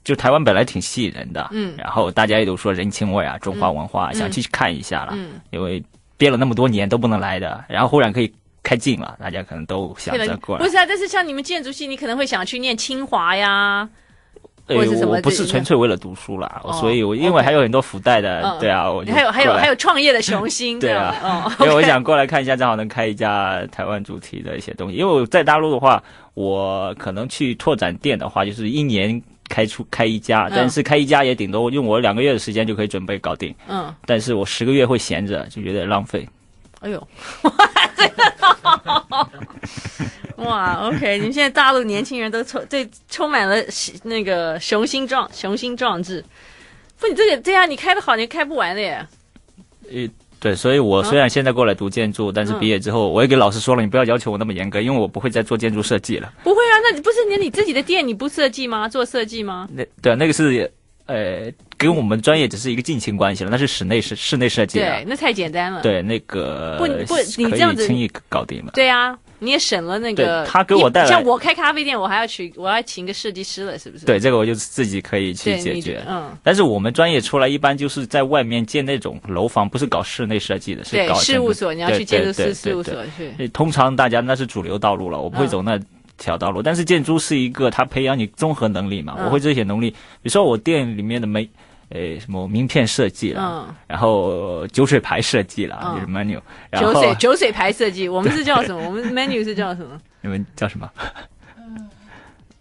[SPEAKER 3] 就台湾本来挺吸引人的，
[SPEAKER 2] 嗯
[SPEAKER 3] (laughs) 然后大家也都说人情味啊，中华文化，想去看一下了，
[SPEAKER 2] 嗯，
[SPEAKER 3] 因为憋了那么多年都不能来的，然后忽然可以开禁了，大家可能都想
[SPEAKER 2] 对
[SPEAKER 3] 着
[SPEAKER 2] 了，
[SPEAKER 3] 过
[SPEAKER 2] 不
[SPEAKER 3] 来。
[SPEAKER 2] 是啊，但是像你们建筑系，你可能会想去念清华呀，
[SPEAKER 3] 呃
[SPEAKER 2] 或者是什么
[SPEAKER 3] 我不是
[SPEAKER 2] 对
[SPEAKER 3] 纯粹为了读书啦，
[SPEAKER 2] 哦
[SPEAKER 3] 所以我因为
[SPEAKER 2] OK
[SPEAKER 3] 还有很多附带的，
[SPEAKER 2] 嗯
[SPEAKER 3] 对啊，我就
[SPEAKER 2] 还有还有
[SPEAKER 3] 过来
[SPEAKER 2] 还有创业的雄心，
[SPEAKER 3] 对啊
[SPEAKER 2] 这样 (laughs) 子哦，
[SPEAKER 3] 因为我想过来看一下，正好能开一家台湾主题的一些东西。因为我在大陆的话，我可能去拓展店的话，就是一年开开出开一家
[SPEAKER 2] 嗯，
[SPEAKER 3] 但是开一家也顶多用我两个月的时间就可以准备搞定，
[SPEAKER 2] 嗯，
[SPEAKER 3] 但是我十个月会闲着，就觉得浪费。
[SPEAKER 2] 哎呦， (laughs) 哇，OK，你们现在大陆年轻人都充对充满了喜那个雄心壮雄心壮志。不，你这个对呀、你开的好，你开不完的耶。
[SPEAKER 3] 呃，对，所以我虽然现在过来读建筑，但是毕业之后我也给老师说了，你不要要求我那么严格，因为我不会再做建筑设计了。
[SPEAKER 2] 不会啊，那你不是你你自己的店你不设计吗？做设计吗？
[SPEAKER 3] 那对啊，那个是呃，跟我们专业只是一个近亲关系了，那是室内室室内设计啊
[SPEAKER 2] 对，。那太简单了。
[SPEAKER 3] 对，那个
[SPEAKER 2] 不不你
[SPEAKER 3] 可
[SPEAKER 2] 这样
[SPEAKER 3] 以
[SPEAKER 2] 子
[SPEAKER 3] 轻易搞定了。
[SPEAKER 2] 对啊，你也省了那个。
[SPEAKER 3] 对他给我带来
[SPEAKER 2] 像我开咖啡店，我还要请我还要请个设计师了，是不是？
[SPEAKER 3] 对，这个我就自己可以
[SPEAKER 2] 对，
[SPEAKER 3] 去解
[SPEAKER 2] 你
[SPEAKER 3] 决。
[SPEAKER 2] 嗯，
[SPEAKER 3] 但是我们专业出来一般就是在外面建那种楼房，不是搞室内设计的，是
[SPEAKER 2] 对
[SPEAKER 3] 搞，
[SPEAKER 2] 事务所你要去建筑师事务。
[SPEAKER 3] 对对对对
[SPEAKER 2] 所去。
[SPEAKER 3] 对通常大家那是主流道路了，我不会
[SPEAKER 2] 嗯
[SPEAKER 3] 走那条道路。但是建筑是一个它培养你综合能力嘛，
[SPEAKER 2] 嗯
[SPEAKER 3] 我会这些能力，比如说我店里面的美，呃，什么名片设计了，
[SPEAKER 2] 嗯，
[SPEAKER 3] (laughs) 然后酒水牌设计
[SPEAKER 2] 嗯
[SPEAKER 3] 了，就是 menu，然
[SPEAKER 2] 酒
[SPEAKER 3] 后
[SPEAKER 2] 水酒水牌设计，我们是叫什么？
[SPEAKER 3] (laughs)
[SPEAKER 2] 我们 menu 是叫什么？
[SPEAKER 3] 你们叫什么？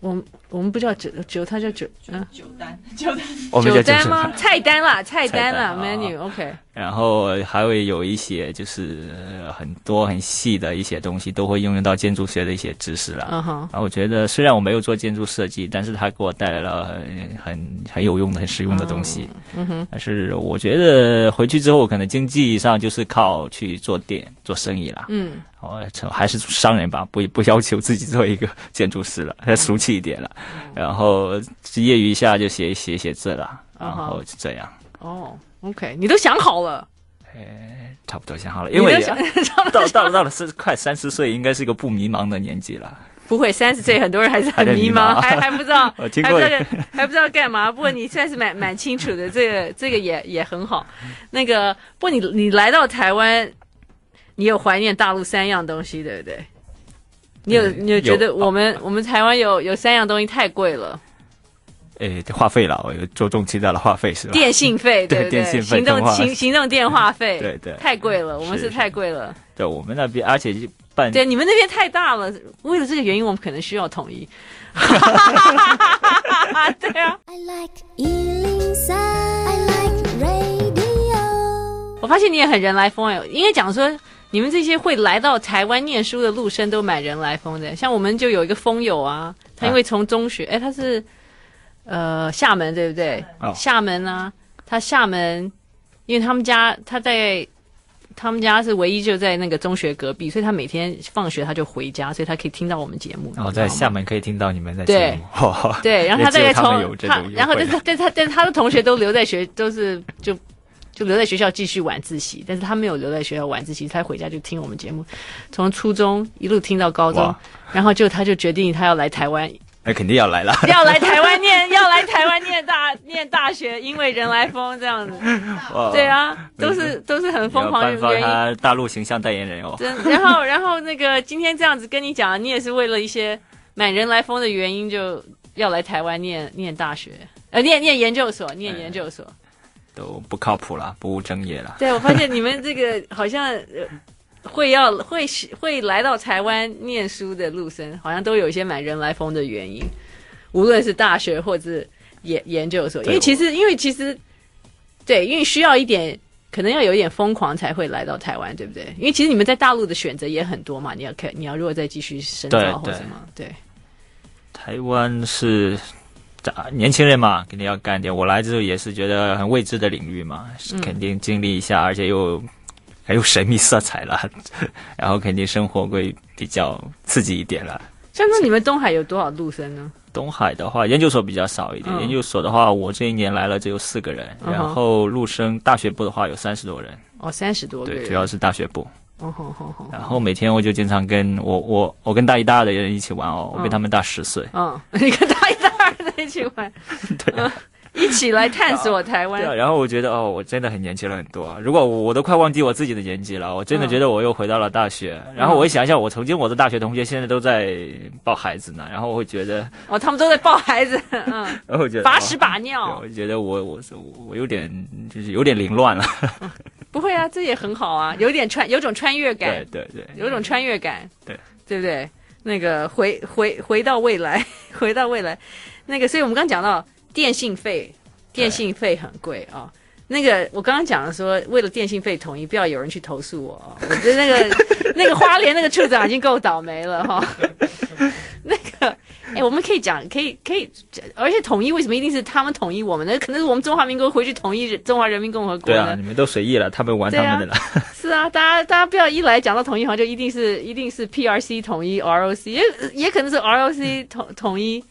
[SPEAKER 2] 我们我们不叫酒酒，它叫酒，嗯，
[SPEAKER 5] 酒单，酒单，
[SPEAKER 3] 我们
[SPEAKER 2] 酒
[SPEAKER 3] 叫酒
[SPEAKER 2] 单
[SPEAKER 3] 水
[SPEAKER 2] 吗？
[SPEAKER 3] 牌。
[SPEAKER 2] 菜单啦，菜单啦
[SPEAKER 3] 菜单啊
[SPEAKER 2] ，menu OK。
[SPEAKER 3] 然后还会有一些就是呃很多很细的一些东西都会应用到建筑学的一些知识了。
[SPEAKER 2] 嗯哼，
[SPEAKER 3] 然后我觉得虽然我没有做建筑设计，但是它给我带来了很很很有用的、很实用的东西。
[SPEAKER 2] 嗯哼，
[SPEAKER 3] 但是我觉得回去之后，可能经济上就是靠去做店、做生意啦。
[SPEAKER 2] 嗯，
[SPEAKER 3] 我还是商人吧，不不要求自己做一个建筑师了，
[SPEAKER 2] 嗯
[SPEAKER 3] 再俗气一点了。然后业余一下就写写写字啦，
[SPEAKER 2] 嗯
[SPEAKER 3] 然后就这样，
[SPEAKER 2] 哦，OK，你都想好了，
[SPEAKER 3] 差不多想好了。
[SPEAKER 2] 你
[SPEAKER 3] 因为
[SPEAKER 2] 都想 (laughs) 差不多
[SPEAKER 3] 到到了到了是快三十岁，应该是一个不迷茫的年纪了。
[SPEAKER 2] 不会，三十岁很多人还是很
[SPEAKER 3] 嗯还在
[SPEAKER 2] 迷
[SPEAKER 3] 迷
[SPEAKER 2] 茫，
[SPEAKER 3] 茫
[SPEAKER 2] 还还不知道，
[SPEAKER 3] (laughs) 我听
[SPEAKER 2] 还
[SPEAKER 3] 过
[SPEAKER 2] 不知道还不知道干嘛。不过你算是蛮蛮清楚的，这个这个也也很好。
[SPEAKER 3] 嗯
[SPEAKER 2] 那个，不过你你来到台湾，你有怀念大陆三样东西，对不对？你有
[SPEAKER 3] 嗯
[SPEAKER 2] 你有觉得
[SPEAKER 3] 有
[SPEAKER 2] 我们、我们台湾有有三样东西太贵
[SPEAKER 3] (laughs)
[SPEAKER 2] 了，
[SPEAKER 3] 诶，话费了，我有着重提到了话费是吧？
[SPEAKER 2] 电信费
[SPEAKER 3] 对
[SPEAKER 2] 不对？
[SPEAKER 3] 电信费
[SPEAKER 2] 行动
[SPEAKER 3] 通话
[SPEAKER 2] 行行动电话费，
[SPEAKER 3] (laughs) 对对
[SPEAKER 2] 太贵了，我们
[SPEAKER 3] 是
[SPEAKER 2] 是太贵了。
[SPEAKER 3] 对，我们那边而且就办
[SPEAKER 2] 对，你们那边太大了，为了这个原因，我们可能需要统
[SPEAKER 3] (laughs)
[SPEAKER 2] 一。 (laughs) 对啊。
[SPEAKER 4] I like Ealing Sound. I like radio.
[SPEAKER 2] 我发现你也很人来疯哎，应该讲说你们这些会来到台湾念书的陆生都蛮人来疯的。像我们就有一个疯友啊，他因为从中学，哎、他是呃厦门对不对？
[SPEAKER 3] 啊哦
[SPEAKER 2] 厦门啊，他厦门，因为他们家他在他们家是唯一就在那个中学隔壁，所以他每天放学他就回家，所以他可以听到我们节目。
[SPEAKER 3] 然
[SPEAKER 2] 你
[SPEAKER 3] 后
[SPEAKER 2] 知道吗
[SPEAKER 3] 哦在厦。门可以听到你们在
[SPEAKER 2] 对
[SPEAKER 3] 节目， (laughs) 哦
[SPEAKER 2] 对，然后他大
[SPEAKER 3] 也
[SPEAKER 2] 概
[SPEAKER 3] 只有们有
[SPEAKER 2] 从
[SPEAKER 3] 这
[SPEAKER 2] 他
[SPEAKER 3] 种，
[SPEAKER 2] 然后
[SPEAKER 3] 优
[SPEAKER 2] 但是
[SPEAKER 3] 惠
[SPEAKER 2] 他但他但他的同学都留在学，都是就就留在学校继续晚自习，但是他没有留在学校晚自习，他回家就听我们节目，从初中一路听到高中
[SPEAKER 3] 哇，
[SPEAKER 2] 然后就他就决定他要来台湾，
[SPEAKER 3] 那肯定要来了。
[SPEAKER 2] 要来台湾念，要来台湾念大念大学，因为人来疯这
[SPEAKER 3] (laughs)
[SPEAKER 2] 样子，
[SPEAKER 3] 哇
[SPEAKER 2] 对，啊，
[SPEAKER 3] 哦没
[SPEAKER 2] 都
[SPEAKER 3] 错
[SPEAKER 2] 是都是很
[SPEAKER 3] 你要
[SPEAKER 2] 疯狂的
[SPEAKER 3] 颁发
[SPEAKER 2] 原因。
[SPEAKER 3] 他大陆形象代言人
[SPEAKER 2] (laughs)
[SPEAKER 3] 哦。
[SPEAKER 2] 真，然后然后那个今天这样子跟你讲，你也是为了一些满人来疯的原因，就要来台湾念念大学，呃，念念研究所，念研究所。
[SPEAKER 3] 都不靠谱了，不务正业了。
[SPEAKER 2] 对，我发现你们这个好像。呃会要会会来到台湾念书的陆生，好像都有一些满人来疯的原因，无论是大学或是研研究所，因
[SPEAKER 3] 对
[SPEAKER 2] 为其实因为其实对，因为需要一点，可能要有一点疯狂才会来到台湾，对不对？因为其实你们在大陆的选择也很多嘛，你要看你要如果再继续深
[SPEAKER 3] 对
[SPEAKER 2] 造或
[SPEAKER 3] 对
[SPEAKER 2] 什么，对
[SPEAKER 3] 台湾是，咋年轻人嘛，肯定要干点。我来之后也是觉得很未知的领域嘛，
[SPEAKER 2] 嗯
[SPEAKER 3] 是肯定经历一下，而且又还有神秘色彩了， (laughs) 然后肯定生活会比较刺激一点了。
[SPEAKER 2] 像说你们东海有多少陆生呢？
[SPEAKER 3] 东海的话，研究所比较少一点。
[SPEAKER 2] 嗯
[SPEAKER 3] 研究所的话，我这一年来了只有四个人，
[SPEAKER 2] 嗯哼
[SPEAKER 3] 然后陆生大学部的话有三十多人，
[SPEAKER 2] 哦，三十多个
[SPEAKER 3] 对，
[SPEAKER 2] 人，
[SPEAKER 3] 主要是大学部。
[SPEAKER 2] 哦，好好好，
[SPEAKER 3] 然后每天我就经常跟我我我跟大一大二的人一起玩哦，我
[SPEAKER 2] 嗯
[SPEAKER 3] 比他们大十岁。
[SPEAKER 2] 嗯，你跟大一、大二在一起
[SPEAKER 3] (laughs)
[SPEAKER 2] 玩，对、嗯一起来探索台湾
[SPEAKER 3] 啊对啊，。然后我觉得哦，我真的很年轻了很多啊。如果我我都快忘记我自己的年纪了，
[SPEAKER 2] 嗯
[SPEAKER 3] 我真的觉得我又回到了大学。然后我一想一下，我曾经我的大学同学现在都在抱孩子呢，然后我会觉得，
[SPEAKER 2] 哦，他们都在抱孩子，嗯，
[SPEAKER 3] 然后我觉得
[SPEAKER 2] 把屎
[SPEAKER 3] 哦
[SPEAKER 2] 把
[SPEAKER 3] 对
[SPEAKER 2] 尿
[SPEAKER 3] 我，就觉得我我我我有点就是有点凌乱了。
[SPEAKER 2] 不会啊，这也很好啊，有点穿，有种穿越
[SPEAKER 3] 对
[SPEAKER 2] 感，
[SPEAKER 3] (laughs) 对对，
[SPEAKER 2] 有种穿越感，
[SPEAKER 3] 对
[SPEAKER 2] 对不 (laughs) 对？那个回回回到未来，回到未来，那个，所以我们刚讲到电信费，电信费很贵啊、那个我刚刚讲了说，为了电信费统一，不要有人去投诉我啊、我觉得那个 (laughs) 那个花莲那个处长已经够倒霉了哈、 (laughs) 那个，哎、我们可以讲，可以可以，而且统一为什么一定是他们统一我们呢？可能是我们中华民国回去统一中华人民共和国
[SPEAKER 3] 对
[SPEAKER 2] 呢？
[SPEAKER 3] 啊，你们都随意了，他们玩他们的了。 (laughs)
[SPEAKER 2] (laughs) 是啊，大家大家不要一来讲到统一，好像就一定是一定是 PRC 统一 ROC，也也可能是 ROC 统统一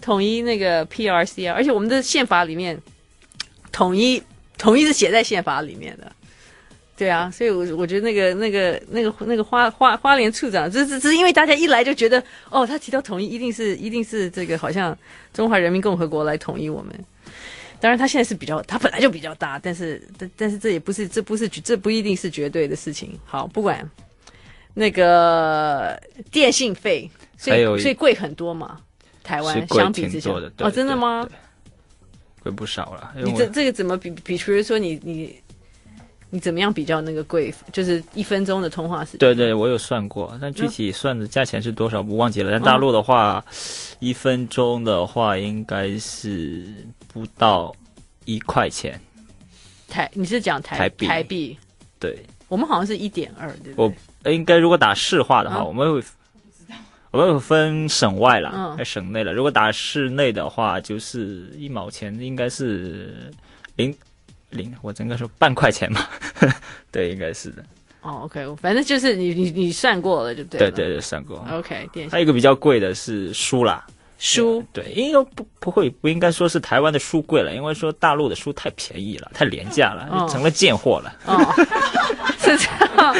[SPEAKER 2] 统一那个 PRC 啊，而且我们的宪法里面统一统一是写在宪法里面的。对啊，所以我我觉得那个那个那个那个花花花莲处长，只只只是因为大家一来就觉得，哦，他提到统一，一定是一定是这个好像中华人民共和国来统一我们。当然，他现在是比较，他本来就比较大，但是但但是这也不是这不是这不一定是绝对的事情。好，不管那个电信费，所
[SPEAKER 3] 还
[SPEAKER 2] 以
[SPEAKER 3] 有一
[SPEAKER 2] 所以贵很多嘛，台
[SPEAKER 3] 是
[SPEAKER 2] 湾
[SPEAKER 3] 贵
[SPEAKER 2] 相比之
[SPEAKER 3] 挺
[SPEAKER 2] 下
[SPEAKER 3] 多的，对
[SPEAKER 2] 哦，真的吗？？
[SPEAKER 3] 对对贵不少了，因为
[SPEAKER 2] 你这
[SPEAKER 3] 我
[SPEAKER 2] 这个怎么比比？比如说你你你怎么样比较那个贵？就是一分钟的通话时间。
[SPEAKER 3] 对对，我有算过，但
[SPEAKER 2] 嗯
[SPEAKER 3] 具体算的价钱是多少不忘记了。但大陆的话，一分钟的话应该是不到一块钱。
[SPEAKER 2] 台，你是讲台
[SPEAKER 3] 台币
[SPEAKER 2] 台币，
[SPEAKER 3] 对，
[SPEAKER 2] 我们好像是一点二，对不
[SPEAKER 3] 我
[SPEAKER 2] 对？
[SPEAKER 3] 呃应该如果打市话的话，
[SPEAKER 2] 嗯
[SPEAKER 3] 我们会我们会分省外了
[SPEAKER 2] 嗯，
[SPEAKER 3] 还省内了。如果打市内的话，就是一毛钱应该是零零，我应该说半块钱吧。 (laughs) 对，应该是的。
[SPEAKER 2] 哦，OK，反正就是你你你算过了，就对
[SPEAKER 3] 对
[SPEAKER 2] 了。
[SPEAKER 3] 对对，算过。
[SPEAKER 2] OK，电信
[SPEAKER 3] 还有一个比较贵的是书啦，
[SPEAKER 2] 书
[SPEAKER 3] 对，应该不不会不应该说是台湾的书贵了，因为说大陆的书太便宜了，太廉价了，
[SPEAKER 2] 哦
[SPEAKER 3] 就成了贱货了。
[SPEAKER 2] 哦，是这样。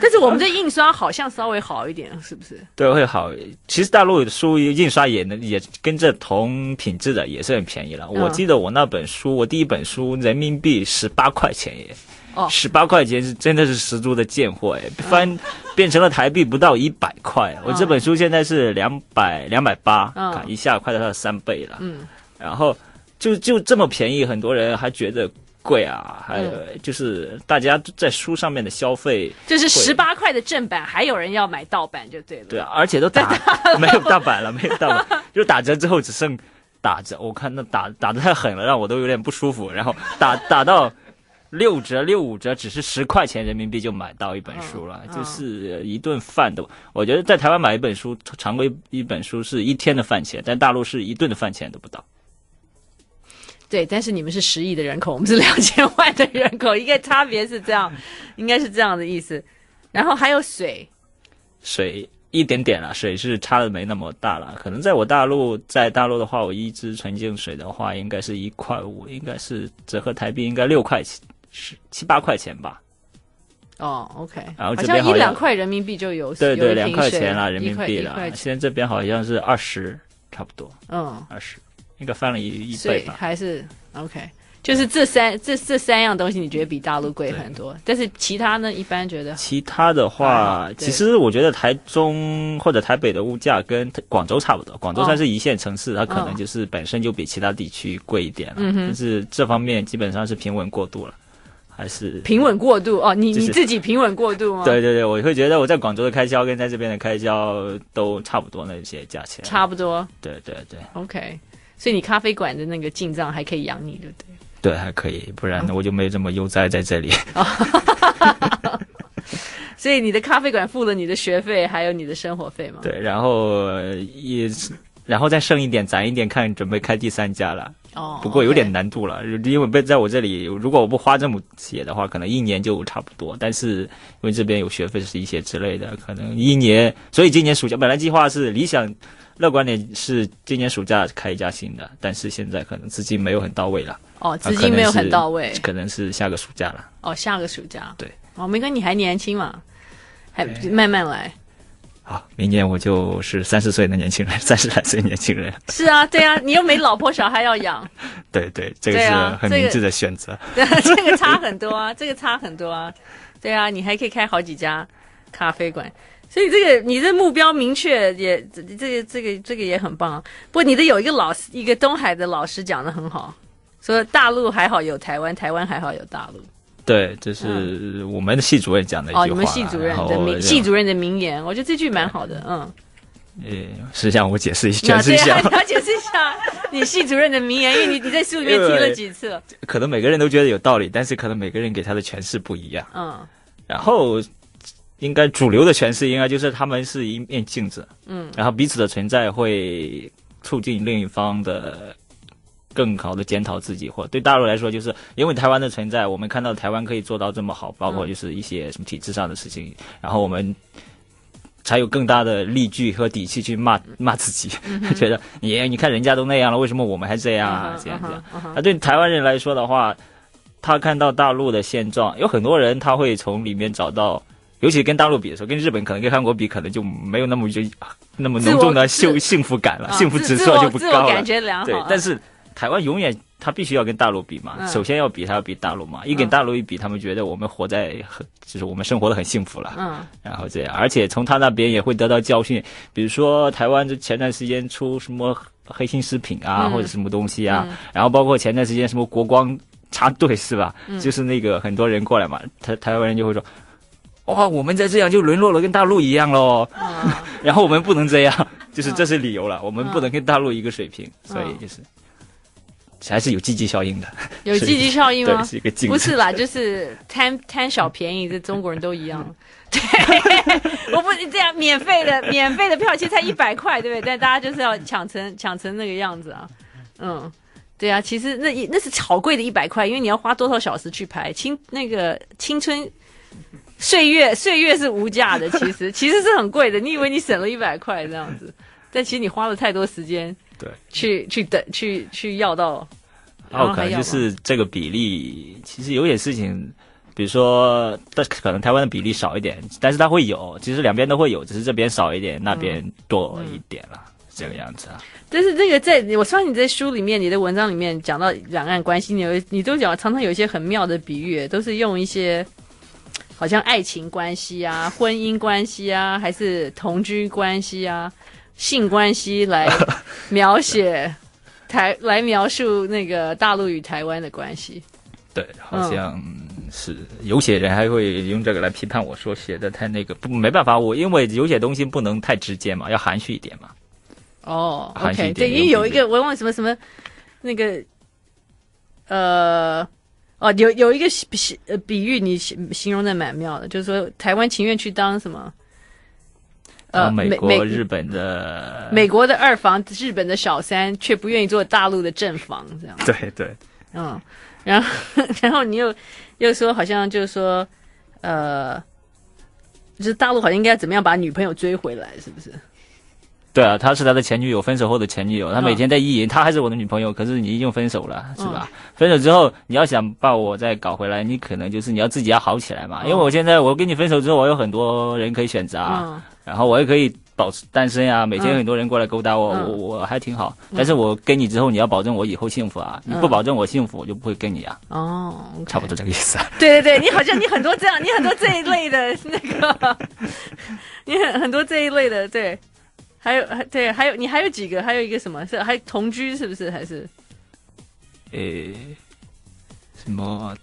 [SPEAKER 2] 但是我们这印刷好像稍微好一点，是不是？
[SPEAKER 3] 对，会好。其实大陆的书印刷也能也跟着同品质的，也是很便宜
[SPEAKER 2] 嗯
[SPEAKER 3] 了。我记得我那本书，我第一本书人民币十八块钱耶，
[SPEAKER 2] 哦嗯
[SPEAKER 3] 十八块钱是真的是十足的贱货哎，翻 (laughs) 变成了台币不到一百块。我这本书现在是两百两百八，
[SPEAKER 2] 嗯
[SPEAKER 3] 看一下快到它的三倍了。
[SPEAKER 2] 嗯，
[SPEAKER 3] 然后就就这么便宜，很多人还觉得贵啊，还有
[SPEAKER 2] 嗯
[SPEAKER 3] 就是大家在书上面的消费。
[SPEAKER 2] 就是
[SPEAKER 3] 会
[SPEAKER 2] 十八块的正版，还有人要买盗版就对了。
[SPEAKER 3] 对啊，而且都打没有盗版了，没有盗版， (laughs) 就打折之后只剩打折。我看那打打的太狠了，让我都有点不舒服。然后打打到六折、六五折，只是十块钱人民币就买到一本书了，
[SPEAKER 2] 嗯
[SPEAKER 3] 就是一顿饭都。我觉得在台湾买一本书，常规一本书是一天的饭钱，但大陆是一顿的饭钱都不到。
[SPEAKER 2] 对，但是你们是十亿的人口，我们是两千万的人口，应该差别是这样，应该是这样的意思。然后还有水，
[SPEAKER 3] 水一点点了，水是差的没那么大了。可能在我大陆，在大陆的话，我一支纯净水的话，应该是一块五，应该是折合台币应该六块七十七八块钱吧。
[SPEAKER 2] 哦，OK，
[SPEAKER 3] 然后
[SPEAKER 2] 好
[SPEAKER 3] 这边
[SPEAKER 2] 像
[SPEAKER 3] 好
[SPEAKER 2] 一
[SPEAKER 3] 像
[SPEAKER 2] 两块人民币就有，
[SPEAKER 3] 对
[SPEAKER 2] 有
[SPEAKER 3] 对，
[SPEAKER 2] 一
[SPEAKER 3] 两
[SPEAKER 2] 瓶
[SPEAKER 3] 块
[SPEAKER 2] 水
[SPEAKER 3] 钱了，人民
[SPEAKER 2] 一
[SPEAKER 3] 币
[SPEAKER 2] 块一块
[SPEAKER 3] 了。
[SPEAKER 2] 钱
[SPEAKER 3] 现在这边好像是二十，差不多
[SPEAKER 2] 嗯，
[SPEAKER 3] 二十，应该翻了一一
[SPEAKER 2] 所
[SPEAKER 3] 倍
[SPEAKER 2] 以
[SPEAKER 3] 吧。嗯
[SPEAKER 2] 还是 OK，就是这三这这三样东西，你觉得比大陆贵很多，但是其他呢，一般觉得
[SPEAKER 3] 其他的
[SPEAKER 2] 还
[SPEAKER 3] 话
[SPEAKER 2] 好，对
[SPEAKER 3] 其实我觉得台中或者台北的物价跟广州差不多。广州
[SPEAKER 2] 哦
[SPEAKER 3] 算是一线城市，它可
[SPEAKER 2] 嗯
[SPEAKER 3] 能就是本身就比其他地区贵一点了。
[SPEAKER 2] 嗯哼
[SPEAKER 3] 但是这方面基本上是平稳过渡了，还是
[SPEAKER 2] 平。稳过度哦，你
[SPEAKER 3] 就是
[SPEAKER 2] 你自己平稳过度吗？
[SPEAKER 3] 对，对对，我会觉得我在广州的开销跟在这边的开销都差不多那些价钱。
[SPEAKER 2] 差不多
[SPEAKER 3] 对对对
[SPEAKER 2] OK。所以你咖啡馆的那个进账还可以养你，对不对？
[SPEAKER 3] 对，还可以，不然我就没这么悠哉在这
[SPEAKER 2] (laughs)
[SPEAKER 3] 里。
[SPEAKER 2] 所以你的咖啡馆付了你的学费，还有你的生活费吗？
[SPEAKER 3] 对，然后呃也，然后再剩一点，攒一点，看准备开第三家了。
[SPEAKER 2] 哦，
[SPEAKER 3] 不过有
[SPEAKER 2] OK
[SPEAKER 3] 点难度了，因为被在我这里，如果我不花这么些的话，可能一年就差不多。但是因为这边有学费是一些之类的，可能一年，所以今年暑假本来计划是理想。乐观点是今年暑假开一家新的，但是现在可能资金没有很到位了，
[SPEAKER 2] 哦，
[SPEAKER 3] 啊
[SPEAKER 2] 资金没有很到位
[SPEAKER 3] 可能是下个暑假了。
[SPEAKER 2] 哦，下个暑假
[SPEAKER 3] 对
[SPEAKER 2] 哦，没关系，你还年轻嘛，还慢慢来。
[SPEAKER 3] 好，明年我就是三十岁的年轻人，三十来岁年轻人。 (laughs)
[SPEAKER 2] 是啊，对啊，你又没老婆小孩要养，
[SPEAKER 3] 对对，这个
[SPEAKER 2] 对
[SPEAKER 3] 是
[SPEAKER 2] 啊
[SPEAKER 3] 很
[SPEAKER 2] 这个
[SPEAKER 3] 明智的选择。
[SPEAKER 2] 对啊，这个差很多啊，这个差很多啊，对啊，你还可以开好几家咖啡馆，所以这个你这目标明确也这这个这个这个也很棒、啊。不过你的有一个老师，一个东海的老师讲的很好，说大陆还好有台湾，台湾还好有大陆。
[SPEAKER 3] 对，这是我们的系主任讲的一句
[SPEAKER 2] 嗯哦，
[SPEAKER 3] 话。
[SPEAKER 2] 你们系主任
[SPEAKER 3] 然后
[SPEAKER 2] 的
[SPEAKER 3] 就
[SPEAKER 2] 名系主任的名言，我觉得这句蛮好的，嗯，
[SPEAKER 3] 呃，实际上我解释一
[SPEAKER 2] 那对
[SPEAKER 3] 解释一
[SPEAKER 2] 啊，
[SPEAKER 3] 下
[SPEAKER 2] 你，
[SPEAKER 3] (laughs)
[SPEAKER 2] 要 (laughs) 解释一下你系主任的名言，因为你你在书里面提了几次了。
[SPEAKER 3] 可能每个人都觉得有道理，但是可能每个人给他的诠释不一样。
[SPEAKER 2] 嗯
[SPEAKER 3] (laughs) 然后，应该主流的诠释应该就是他们是一面镜子，
[SPEAKER 2] 嗯，
[SPEAKER 3] 然后彼此的存在会促进另一方的更好的检讨自己，或对大陆来说，就是因为台湾的存在，我们看到台湾可以做到这么
[SPEAKER 2] 嗯
[SPEAKER 3] 好，包括就是一些什么体制上的事情，然后我们。才有更大的力据和底气去骂
[SPEAKER 2] 嗯
[SPEAKER 3] 骂自己， (laughs) 觉得你你看人家都那样了，为什么我们还这样啊？这样这样，
[SPEAKER 2] 嗯哼
[SPEAKER 3] 啊，对台湾人来说的话，他看到大陆的现状，有很多人他会从里面找到，尤其跟大陆比的时候，跟日本可能跟韩国比，可能就没有那么就那么浓重的
[SPEAKER 2] 自我
[SPEAKER 3] 幸幸福感了，
[SPEAKER 2] 嗯
[SPEAKER 3] (laughs) 幸福指
[SPEAKER 2] 自
[SPEAKER 3] 数就不
[SPEAKER 2] 自我自
[SPEAKER 3] 高
[SPEAKER 2] 我
[SPEAKER 3] 了
[SPEAKER 2] 感。觉良好。啊
[SPEAKER 3] 对，但是台湾永远他必须要跟大陆比嘛，
[SPEAKER 2] 嗯
[SPEAKER 3] 首先要比他要比大陆嘛，一跟
[SPEAKER 2] 嗯
[SPEAKER 3] 大陆一比，他们觉得我们活在很就是我们生活的很幸福了，
[SPEAKER 2] 嗯
[SPEAKER 3] 然后这样，而且从他那边也会得到教训，比如说台湾就前段时间出什么黑心食品啊，
[SPEAKER 2] 嗯
[SPEAKER 3] 或者什么东西啊，然后包括前段时间什么国光插队是吧？
[SPEAKER 2] 嗯
[SPEAKER 3] 就是那个很多人过来嘛，台台湾人就会说。哇、我们再这样就沦落了，跟大陆一样喽。
[SPEAKER 2] 嗯，
[SPEAKER 3] (laughs) 然后我们不能这样， (laughs) 就是这是理由了，我们不能跟大陆一个水平，
[SPEAKER 2] 嗯
[SPEAKER 3] 所以就是还是有积极效应的，
[SPEAKER 2] 有积极效应吗
[SPEAKER 3] 对，？是一个镜
[SPEAKER 2] 不
[SPEAKER 3] 子。
[SPEAKER 2] 是啦，就是贪贪小便宜，这中国人都一
[SPEAKER 3] (laughs)
[SPEAKER 2] 样。 (laughs) 对，我不这样免费的免费的票，其实才一百块，对不对？但大家就是要抢成抢成那个样子啊，嗯。对啊，其实那也那是好贵的一百块，因为你要花多少小时去排青那个青春岁月，岁月是无价的，其
[SPEAKER 3] (laughs)
[SPEAKER 2] 实其实是很贵的。你以为你省了一百块这样子，但其实你花了太多时间
[SPEAKER 3] 对
[SPEAKER 2] 去去等去去要到，然
[SPEAKER 3] 哦，
[SPEAKER 2] 后
[SPEAKER 3] 可
[SPEAKER 2] 还
[SPEAKER 3] 能
[SPEAKER 2] 要
[SPEAKER 3] 就
[SPEAKER 2] 吗
[SPEAKER 3] 是这个比例，其实有点事情，比如说，但可能台湾的比例少一点，但是它会有，其实两边都会有，只是这边少一点，那边多一点了，这个样子啊。
[SPEAKER 2] 但是这个在我发现你在书里面、你的文章里面讲到两岸关系，你有你都讲常常有一些很妙的比喻，都是用一些好像爱情关系啊、婚姻关系啊，还是同居关系啊、性关系来描写台来描述那个大陆与台湾的关系。
[SPEAKER 3] 对，好像是有些人还会用这个来批判我说写的太那个，不没办法，我因为有些东西不能太直接嘛，要含蓄一点嘛。
[SPEAKER 2] 哦、o
[SPEAKER 3] 含蓄
[SPEAKER 2] k
[SPEAKER 3] 一点
[SPEAKER 2] 对，因为有一个我忘了什么什么那个呃哦，有有一个比比呃比喻你形形容的蛮妙的，就是说台湾情愿去当什么呃
[SPEAKER 3] 然后呃美国、
[SPEAKER 2] 美
[SPEAKER 3] 日本的，
[SPEAKER 2] 美国的二房，日本的小三，却不愿意做大陆的正房，这样。
[SPEAKER 3] 对对，
[SPEAKER 2] 嗯，然后 (laughs) 然后你又又说好像就是说，呃，就是大陆好像应该怎么样把女朋友追回来，是不是？
[SPEAKER 3] 对啊，她是他的前女友，分手后的前女友，她
[SPEAKER 2] 嗯
[SPEAKER 3] 每天在意淫，她还是我的女朋友，可是你已经分手了，是吧？分手之后，你要想把我再搞回来，你可能就是你要自己要好起来嘛。
[SPEAKER 2] 嗯
[SPEAKER 3] 因为我现在我跟你分手之后，我有很多人可以选择啊，
[SPEAKER 2] 嗯
[SPEAKER 3] 然后我也可以保持单身啊，每天
[SPEAKER 2] 嗯
[SPEAKER 3] 有很多人过来勾搭我，
[SPEAKER 2] 嗯
[SPEAKER 3] 我我还挺好。但是我跟你之后，你要保证我以后幸福啊，你不
[SPEAKER 2] 嗯
[SPEAKER 3] 保证我幸福，我就不会跟你啊，
[SPEAKER 2] 哦，OK，
[SPEAKER 3] 差不多这个意
[SPEAKER 2] (laughs)
[SPEAKER 3] 思啊。
[SPEAKER 2] 对对对，你好像你很多这样，你很多这一类的 (laughs) 那个，你很很多这一类的，对，还有还对，还有你还有几个，还有一个什么是还同居是不是？还是
[SPEAKER 3] 呃，什么？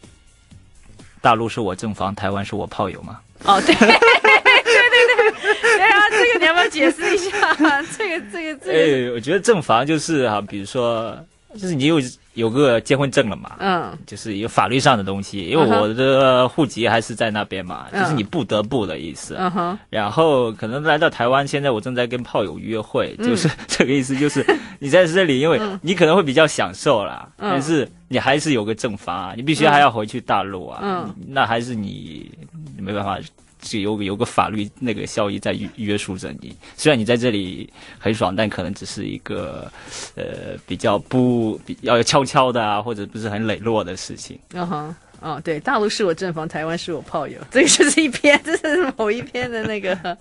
[SPEAKER 3] 大陆是我正房，台湾是我炮友嘛？
[SPEAKER 2] 哦，对 (laughs) 对对对对啊，这个你要不要解释一下？ (laughs) 这个这个这个，
[SPEAKER 3] 哎，我觉得正房就是啊，比如说，就是你有有个结婚证了嘛，
[SPEAKER 2] 嗯
[SPEAKER 3] 就是有法律上的东西，因为
[SPEAKER 2] 嗯哼
[SPEAKER 3] 我的户籍还是在那边嘛，
[SPEAKER 2] 嗯
[SPEAKER 3] 就是你不得不的意思。
[SPEAKER 2] 嗯哼，
[SPEAKER 3] (laughs) 然后可能来到台湾，现在我正在跟炮友约会，就是
[SPEAKER 2] 嗯
[SPEAKER 3] (laughs) 这个意思，就是你在这里，因为你可能会比较享受啦，
[SPEAKER 2] 嗯
[SPEAKER 3] 但是你还是有个正房啊，你必须还要回去大陆啊，
[SPEAKER 2] 嗯
[SPEAKER 3] 那还是你你没办法。只有有个法律那个效益在约约束着你，虽然你在这里很爽，但可能只是一个，呃，比较不比要悄悄的啊，或者不是很磊落的事情。
[SPEAKER 2] 嗯哼。哦，对，大陆是我正房，台湾是我炮友， (laughs) 这个就是一篇，这是某一篇的那个，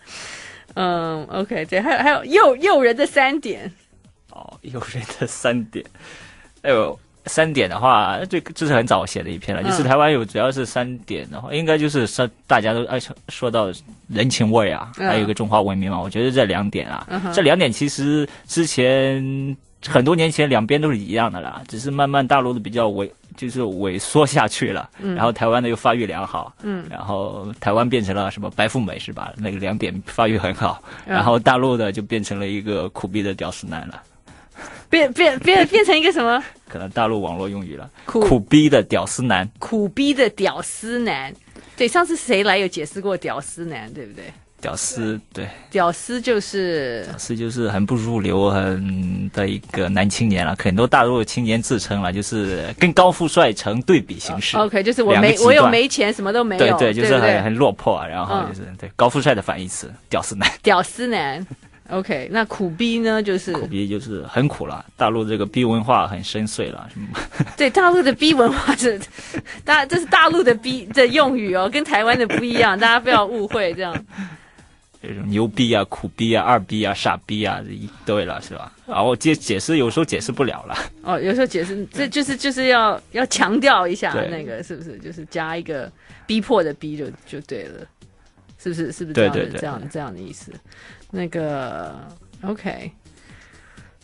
[SPEAKER 2] 嗯，OK，对，还有还有诱诱人的三点，
[SPEAKER 3] 哦，诱人的三点，哎呦，三点的话，这个这是很早写的一篇了，就是
[SPEAKER 2] 嗯
[SPEAKER 3] 台湾有主要是三点的话，应该就是说大家都爱说说到人情味啊，
[SPEAKER 2] 嗯
[SPEAKER 3] 还有一个中华文明嘛，我觉得这两点啊，
[SPEAKER 2] 嗯哼
[SPEAKER 3] 这两点其实之前很多年前两边都是一样的啦，只是慢慢大陆的比较萎，就是萎缩下去了，
[SPEAKER 2] 嗯
[SPEAKER 3] 然后台湾的又发育良好，嗯，然后台湾变成了什么白富美是吧？那个两点发育很好，
[SPEAKER 2] 嗯
[SPEAKER 3] 然后大陆的就变成了一个苦逼的屌丝男了，
[SPEAKER 2] 变变变变成一个什么
[SPEAKER 3] 可能大陆网络用语了，
[SPEAKER 2] 苦
[SPEAKER 3] 苦逼的屌丝男，
[SPEAKER 2] 苦逼的屌丝男？对，上次谁来有解释过屌丝男，对不对？
[SPEAKER 3] 屌丝对，
[SPEAKER 2] 屌丝就是
[SPEAKER 3] 屌丝就是很不入流很的一个男青年了，很多大陆青年自称了，就是跟高富帅成对比形式。
[SPEAKER 2] OK，就是我
[SPEAKER 3] 两个
[SPEAKER 2] 没
[SPEAKER 3] 极
[SPEAKER 2] 我有
[SPEAKER 3] 端
[SPEAKER 2] 没钱，什么都哦没有，对，
[SPEAKER 3] 对就是
[SPEAKER 2] 不
[SPEAKER 3] 很
[SPEAKER 2] 对？
[SPEAKER 3] 很落魄，啊然后
[SPEAKER 2] 嗯
[SPEAKER 3] 就是对高富帅的反义词，屌丝男，
[SPEAKER 2] 屌丝男。OK，那苦逼呢？就是
[SPEAKER 3] 苦逼就是很苦了。大陆这个逼文化很深邃了，什么
[SPEAKER 2] 对大陆的逼文化是大，这是大陆的逼的用语哦，跟台湾的不一样，大家不要误会。这样
[SPEAKER 3] 这种牛逼啊、苦逼啊、二逼啊、傻逼啊这一堆了，是吧？然后解解释有时候解释不了了，
[SPEAKER 2] 哦，有时候解释，这就是就是要要强调一下
[SPEAKER 3] 对
[SPEAKER 2] 那个是不是？就是加一个逼迫的逼就就对了，是不是？是不是这
[SPEAKER 3] 对
[SPEAKER 2] 样的
[SPEAKER 3] 对对
[SPEAKER 2] 这样这样的意思？那个 OK，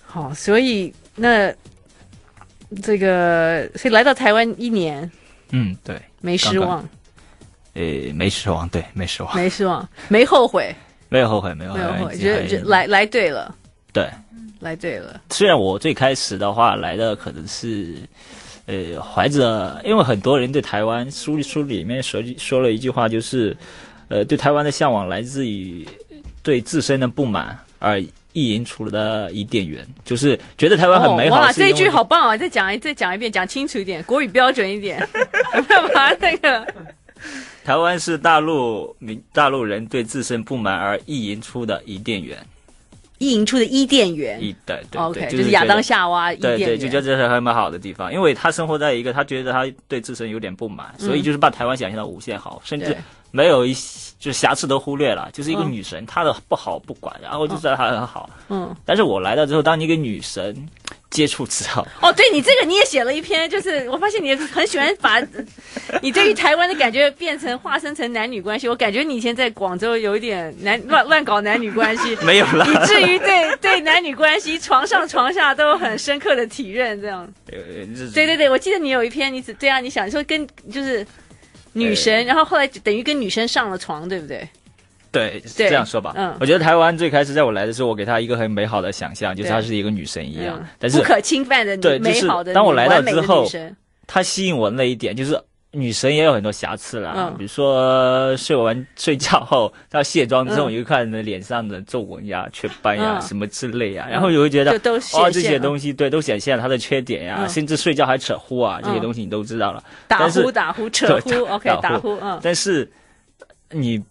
[SPEAKER 2] 好，所以那这个所以来到台湾一年
[SPEAKER 3] 嗯，对，
[SPEAKER 2] 没失
[SPEAKER 3] 刚刚
[SPEAKER 2] 望，
[SPEAKER 3] 呃，没失望，对，没失
[SPEAKER 2] (laughs)
[SPEAKER 3] 望，
[SPEAKER 2] 没失望，没后悔，
[SPEAKER 3] 没有后悔，没有后
[SPEAKER 2] 没
[SPEAKER 3] 悔，
[SPEAKER 2] 有后悔，
[SPEAKER 3] 哎已
[SPEAKER 2] 觉
[SPEAKER 3] 经
[SPEAKER 2] 得
[SPEAKER 3] 很
[SPEAKER 2] 觉得来来对了，
[SPEAKER 3] 对。
[SPEAKER 2] 来对了。
[SPEAKER 3] 虽然我最开始的话来的可能是，呃，怀着，因为很多人对台湾书书里面说说了一句话，就是，呃，对台湾的向往来自于对自身的不满而意淫出的伊甸园，就是觉得台湾很美
[SPEAKER 2] 哦、
[SPEAKER 3] 好
[SPEAKER 2] 哇，
[SPEAKER 3] 是因
[SPEAKER 2] 这
[SPEAKER 3] 为。
[SPEAKER 2] 一句好棒啊！再讲一再讲一遍，讲清楚一点，国语标准一点， (laughs) 干嘛那个？
[SPEAKER 3] 台湾是大陆民大陆人对自身不满而意淫出的伊甸园，
[SPEAKER 2] 意淫出的伊甸园
[SPEAKER 3] 一对对对
[SPEAKER 2] o k
[SPEAKER 3] 就
[SPEAKER 2] 就是
[SPEAKER 3] 是
[SPEAKER 2] 亚
[SPEAKER 3] 觉得
[SPEAKER 2] 当夏娃伊甸
[SPEAKER 3] 对
[SPEAKER 2] 园，
[SPEAKER 3] 对，就觉得这是还蛮好的地方，因为他生活在一个他觉得他对自身有点不满，
[SPEAKER 2] 嗯
[SPEAKER 3] 所以就是把台湾想象的无限好，甚至
[SPEAKER 2] 对
[SPEAKER 3] 没有一些就是瑕疵都忽略了，就是一个
[SPEAKER 2] 嗯
[SPEAKER 3] 女神，她的不好不管，然后就知道她很好。
[SPEAKER 2] 嗯，
[SPEAKER 3] 但是我来到之后，当你跟女神接触之后，。
[SPEAKER 2] 哦，对你这个你也写了一篇，就是我发现你很喜欢把 (laughs) 你对于台湾的感觉变成化身成男女关系，我感觉你以前在广州有一点男乱乱搞男女关系
[SPEAKER 3] (laughs) 没有
[SPEAKER 2] (laughs)
[SPEAKER 3] 了，
[SPEAKER 2] 以至于对对男女关系，床上床下都有很深刻的体认，这样。
[SPEAKER 3] 呃
[SPEAKER 2] 对
[SPEAKER 3] 对
[SPEAKER 2] 对对，我记得你有一篇，你只对啊，你想说跟就是女神，然后后来等于跟女生上了床，对不对？
[SPEAKER 3] 对，
[SPEAKER 2] 对
[SPEAKER 3] 这样说吧。
[SPEAKER 2] 嗯
[SPEAKER 3] 我觉得台湾最开始在我来的时候，我给她一个很美好的想象，就是
[SPEAKER 2] 对
[SPEAKER 3] 她是一个女神一样
[SPEAKER 2] 嗯，
[SPEAKER 3] 但是
[SPEAKER 2] 不可侵犯的女、
[SPEAKER 3] 对就是
[SPEAKER 2] 美好的女、
[SPEAKER 3] 当我来到
[SPEAKER 2] 完美的
[SPEAKER 3] 之后
[SPEAKER 2] 女神
[SPEAKER 3] 她吸引我的那一点就是。女神也有很多瑕疵啦，
[SPEAKER 2] 嗯
[SPEAKER 3] 比如说睡完睡觉后，她卸妆之
[SPEAKER 2] 嗯
[SPEAKER 3] 后，你就看你脸上的皱纹呀、雀斑呀、
[SPEAKER 2] 嗯
[SPEAKER 3] 什么之类呀，然后你会觉得
[SPEAKER 2] 就都显
[SPEAKER 3] 哦，
[SPEAKER 2] 现
[SPEAKER 3] 这些
[SPEAKER 2] 了
[SPEAKER 3] 东西对都显现了她的缺点呀，
[SPEAKER 2] 嗯
[SPEAKER 3] 甚至睡觉还扯呼啊，这
[SPEAKER 2] 嗯
[SPEAKER 3] 些东西你都知道了。
[SPEAKER 2] 打
[SPEAKER 3] 但是
[SPEAKER 2] 呼打呼扯呼
[SPEAKER 3] (laughs) 对打
[SPEAKER 2] ，OK
[SPEAKER 3] 打
[SPEAKER 2] 打
[SPEAKER 3] 呼
[SPEAKER 2] 呼，嗯，
[SPEAKER 3] 但是你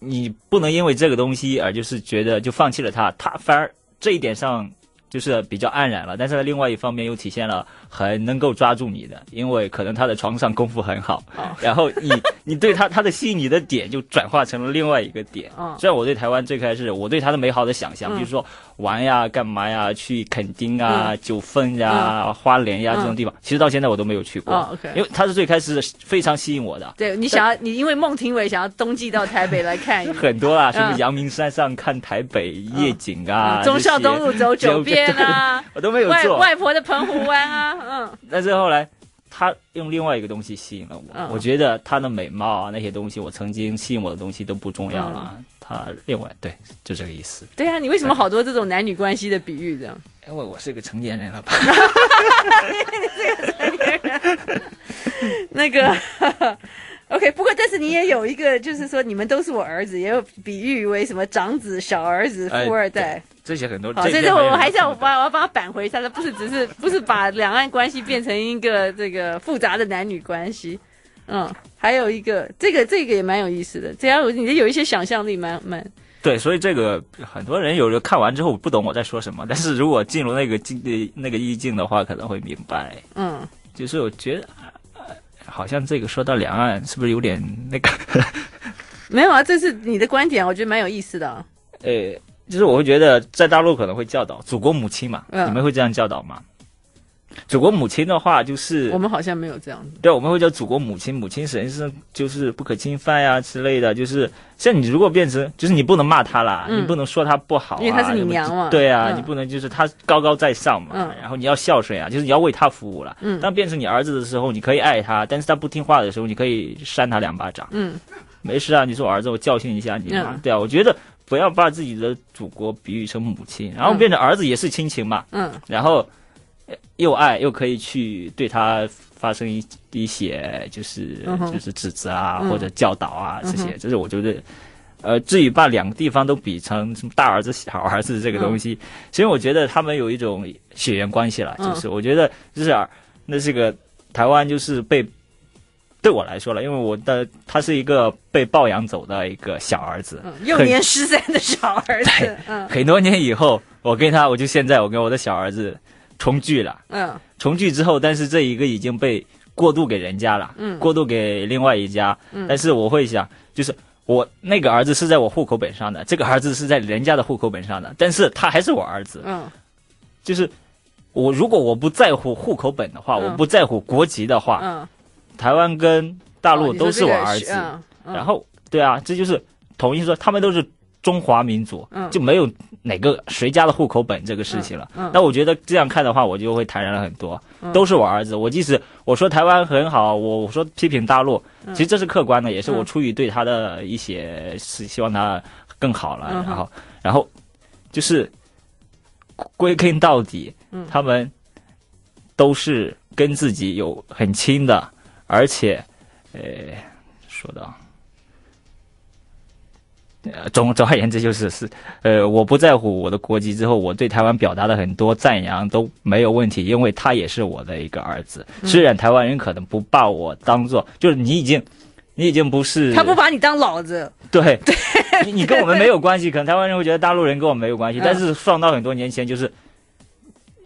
[SPEAKER 3] 你不能因为这个东西而就是觉得就放弃了它，它反而这一点上就是比较黯然了。但是在另外一方面又体现了很能够抓住你的，因为可能他的床上功夫很好，
[SPEAKER 2] 哦
[SPEAKER 3] (laughs) 然后你你对他他的吸引你的点就转化成了另外一个点。
[SPEAKER 2] 嗯
[SPEAKER 3] 虽然我对台湾最开始我对他的美好的想象，
[SPEAKER 2] 嗯
[SPEAKER 3] 比如说玩呀、干嘛呀、去垦丁啊、
[SPEAKER 2] 嗯
[SPEAKER 3] 九份呀、花莲呀、这种地方，其实到现在我都没有去过，
[SPEAKER 2] 哦，OK
[SPEAKER 3] 因为他是最开始非常吸引我的。啊
[SPEAKER 2] 对你想要你因为孟庭苇想要冬季到台北来看
[SPEAKER 3] (laughs)
[SPEAKER 2] 一看。
[SPEAKER 3] 很多啦，什么
[SPEAKER 2] 嗯
[SPEAKER 3] 阳明山上看台北夜景啊，
[SPEAKER 2] 嗯忠孝东路走九遍
[SPEAKER 3] (laughs)
[SPEAKER 2] 啊，
[SPEAKER 3] 这些，我都没有
[SPEAKER 2] 外
[SPEAKER 3] 做。
[SPEAKER 2] 外婆的澎湖湾啊，嗯，
[SPEAKER 3] 但是后来，他用另外一个东西吸引了我，
[SPEAKER 2] 嗯
[SPEAKER 3] 我觉得他的美貌啊那些东西，我曾经吸引我的东西都不重要了。
[SPEAKER 2] 嗯
[SPEAKER 3] 他另外对，就这个意思。
[SPEAKER 2] 对啊，你为什么好多这种男女关系的比 (laughs) 喻这样？
[SPEAKER 3] 因为哎我是个成年人 (laughs) 了吧？
[SPEAKER 2] 那个，OK，不过但是你也有一个，就是说你们都是我儿子，也有比喻为什么长子、小儿子、
[SPEAKER 3] 哎
[SPEAKER 2] 富二代。
[SPEAKER 3] 对这些很多。
[SPEAKER 2] 好，所
[SPEAKER 3] 这
[SPEAKER 2] 以
[SPEAKER 3] 这
[SPEAKER 2] 这
[SPEAKER 3] 没有
[SPEAKER 2] 我还是要
[SPEAKER 3] 什么的
[SPEAKER 2] 把我要把它扳回它，它不是只是不是把两岸关系变成一个这个复杂的男女关系，嗯，还有一个这个这个也蛮有意思的，只要你的有一些想象力蛮，蛮
[SPEAKER 3] 对，所以这个很多人有时候看完之后不懂我在说什么，但是如果进入那个境那个意境的话，可能会明白。
[SPEAKER 2] 嗯，
[SPEAKER 3] 就是我觉得，呃好像这个说到两岸是不是有点那个？
[SPEAKER 2] 没有啊，这是你的观点，我觉得蛮有意思的啊、
[SPEAKER 3] 呃，就是我会觉得在大陆可能会教导“祖国母亲”嘛，
[SPEAKER 2] 嗯
[SPEAKER 3] 你们会这样教导吗？祖国母亲的话，就是
[SPEAKER 2] 我们好像没有这样子。
[SPEAKER 3] 对，我们会叫祖国母亲，母亲神是就是不可侵犯呀、之类的，就是像你如果变成，就是你不能骂他啦，
[SPEAKER 2] 嗯
[SPEAKER 3] 你不能说他不好、啊，
[SPEAKER 2] 因为她是你
[SPEAKER 3] 要不
[SPEAKER 2] 娘嘛
[SPEAKER 3] 对啊，
[SPEAKER 2] 嗯
[SPEAKER 3] 你不能就是他高高在上嘛，
[SPEAKER 2] 嗯
[SPEAKER 3] 然后你要孝顺啊，就是你要为他服务啦。
[SPEAKER 2] 嗯
[SPEAKER 3] 当变成你儿子的时候，你可以爱他，但是他不听话的时候，你可以扇他两巴掌，
[SPEAKER 2] 嗯，
[SPEAKER 3] 没事啊，你是我儿子，我教训一下你嘛，
[SPEAKER 2] 嗯
[SPEAKER 3] 对啊，我觉得不要把自己的祖国比喻成母亲，然后变成儿子也是亲情嘛，
[SPEAKER 2] 嗯，
[SPEAKER 3] 然后呃又爱又可以去对他发生一一些就是、
[SPEAKER 2] 嗯哼
[SPEAKER 3] 就是指责啊、
[SPEAKER 2] 嗯
[SPEAKER 3] 或者教导啊这
[SPEAKER 2] 嗯
[SPEAKER 3] 些，这是我觉得。呃，至于把两个地方都比成什么大儿子、小儿子这个东西，其实我觉得他们有一种血缘关系了，
[SPEAKER 2] 嗯
[SPEAKER 3] 就是我觉得就是啊那是个台湾就是被对我来说了，因为我的他是一个被抱养走的一个小儿子，
[SPEAKER 2] 嗯幼年失散的小儿子，嗯
[SPEAKER 3] 很多年以后，我跟他，我就现在我跟我的小儿子重聚了，
[SPEAKER 2] 嗯
[SPEAKER 3] 重聚之后，但是这一个已经被过渡给人家了，
[SPEAKER 2] 嗯
[SPEAKER 3] 过渡给另外一家。
[SPEAKER 2] 嗯
[SPEAKER 3] 但是我会想，就是我那个儿子是在我户口本上的，这个儿子是在人家的户口本上的，但是他还是我儿子。
[SPEAKER 2] 嗯
[SPEAKER 3] 就是我如果我不在乎户口本的话，
[SPEAKER 2] 嗯
[SPEAKER 3] 我不在乎国籍的话，
[SPEAKER 2] 嗯，
[SPEAKER 3] 台湾跟大陆都是我儿
[SPEAKER 2] 哦你说这个是
[SPEAKER 3] 子。
[SPEAKER 2] 嗯嗯
[SPEAKER 3] 然后对啊，这就是统一说他们都是中华民族，
[SPEAKER 2] 嗯
[SPEAKER 3] 就没有哪个谁家的户口本这个事情了。
[SPEAKER 2] 嗯嗯
[SPEAKER 3] 那我觉得这样看的话，我就会坦然了很多。
[SPEAKER 2] 嗯
[SPEAKER 3] 都是我儿子，我即使我说台湾很好，我我说批评大陆，其实这是客观的，也是
[SPEAKER 2] 嗯
[SPEAKER 3] 我出于对他的一些是希望他更好了，
[SPEAKER 2] 嗯哼
[SPEAKER 3] 然后然后就是归根到底，
[SPEAKER 2] 嗯
[SPEAKER 3] 他们都是跟自己有很亲的，而且呃，说到。呃，总总而言之就是是，呃，我不在乎我的国籍之后，我对台湾表达的很多赞扬都没有问题，因为他也是我的一个儿子。
[SPEAKER 2] 嗯
[SPEAKER 3] 虽然台湾人可能不把我当做，就是你已经，你已经不是
[SPEAKER 2] 他不把你当老子，
[SPEAKER 3] 对对，你你跟我们没有关系，可能台湾人会觉得大陆人跟我们没有关系，
[SPEAKER 2] 嗯
[SPEAKER 3] 但是放到很多年前，就是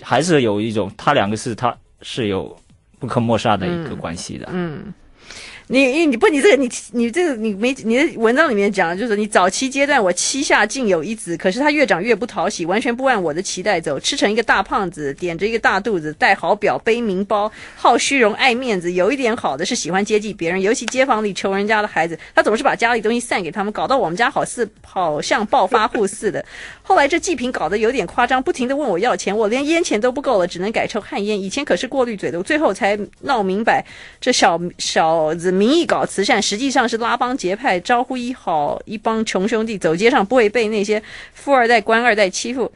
[SPEAKER 3] 还是有一种他两个是他是有不可抹杀的一个关系的。
[SPEAKER 2] 嗯。你你你不你这个你你这个你没你的文章里面讲的就是你早期阶段我膝下竟有一子，可是他越长越不讨喜，完全不按我的期待走，吃成一个大胖子，踮着一个大肚子，戴好表，背名包，好虚荣，爱面子。有一点好的是喜欢接济别人，尤其街坊里穷人家的孩子，他总是把家里东西散给他们，搞到我们家好似好像暴发户似的。后来这祭品搞得有点夸张，不停的问我要钱，我连烟钱都不够了，只能改抽旱烟。以前可是过滤嘴的，最后才闹明白，这小小子名义搞慈善，实际上是拉帮结派，招呼一好一帮穷兄弟，走街上不会被那些富二代、官二代欺负。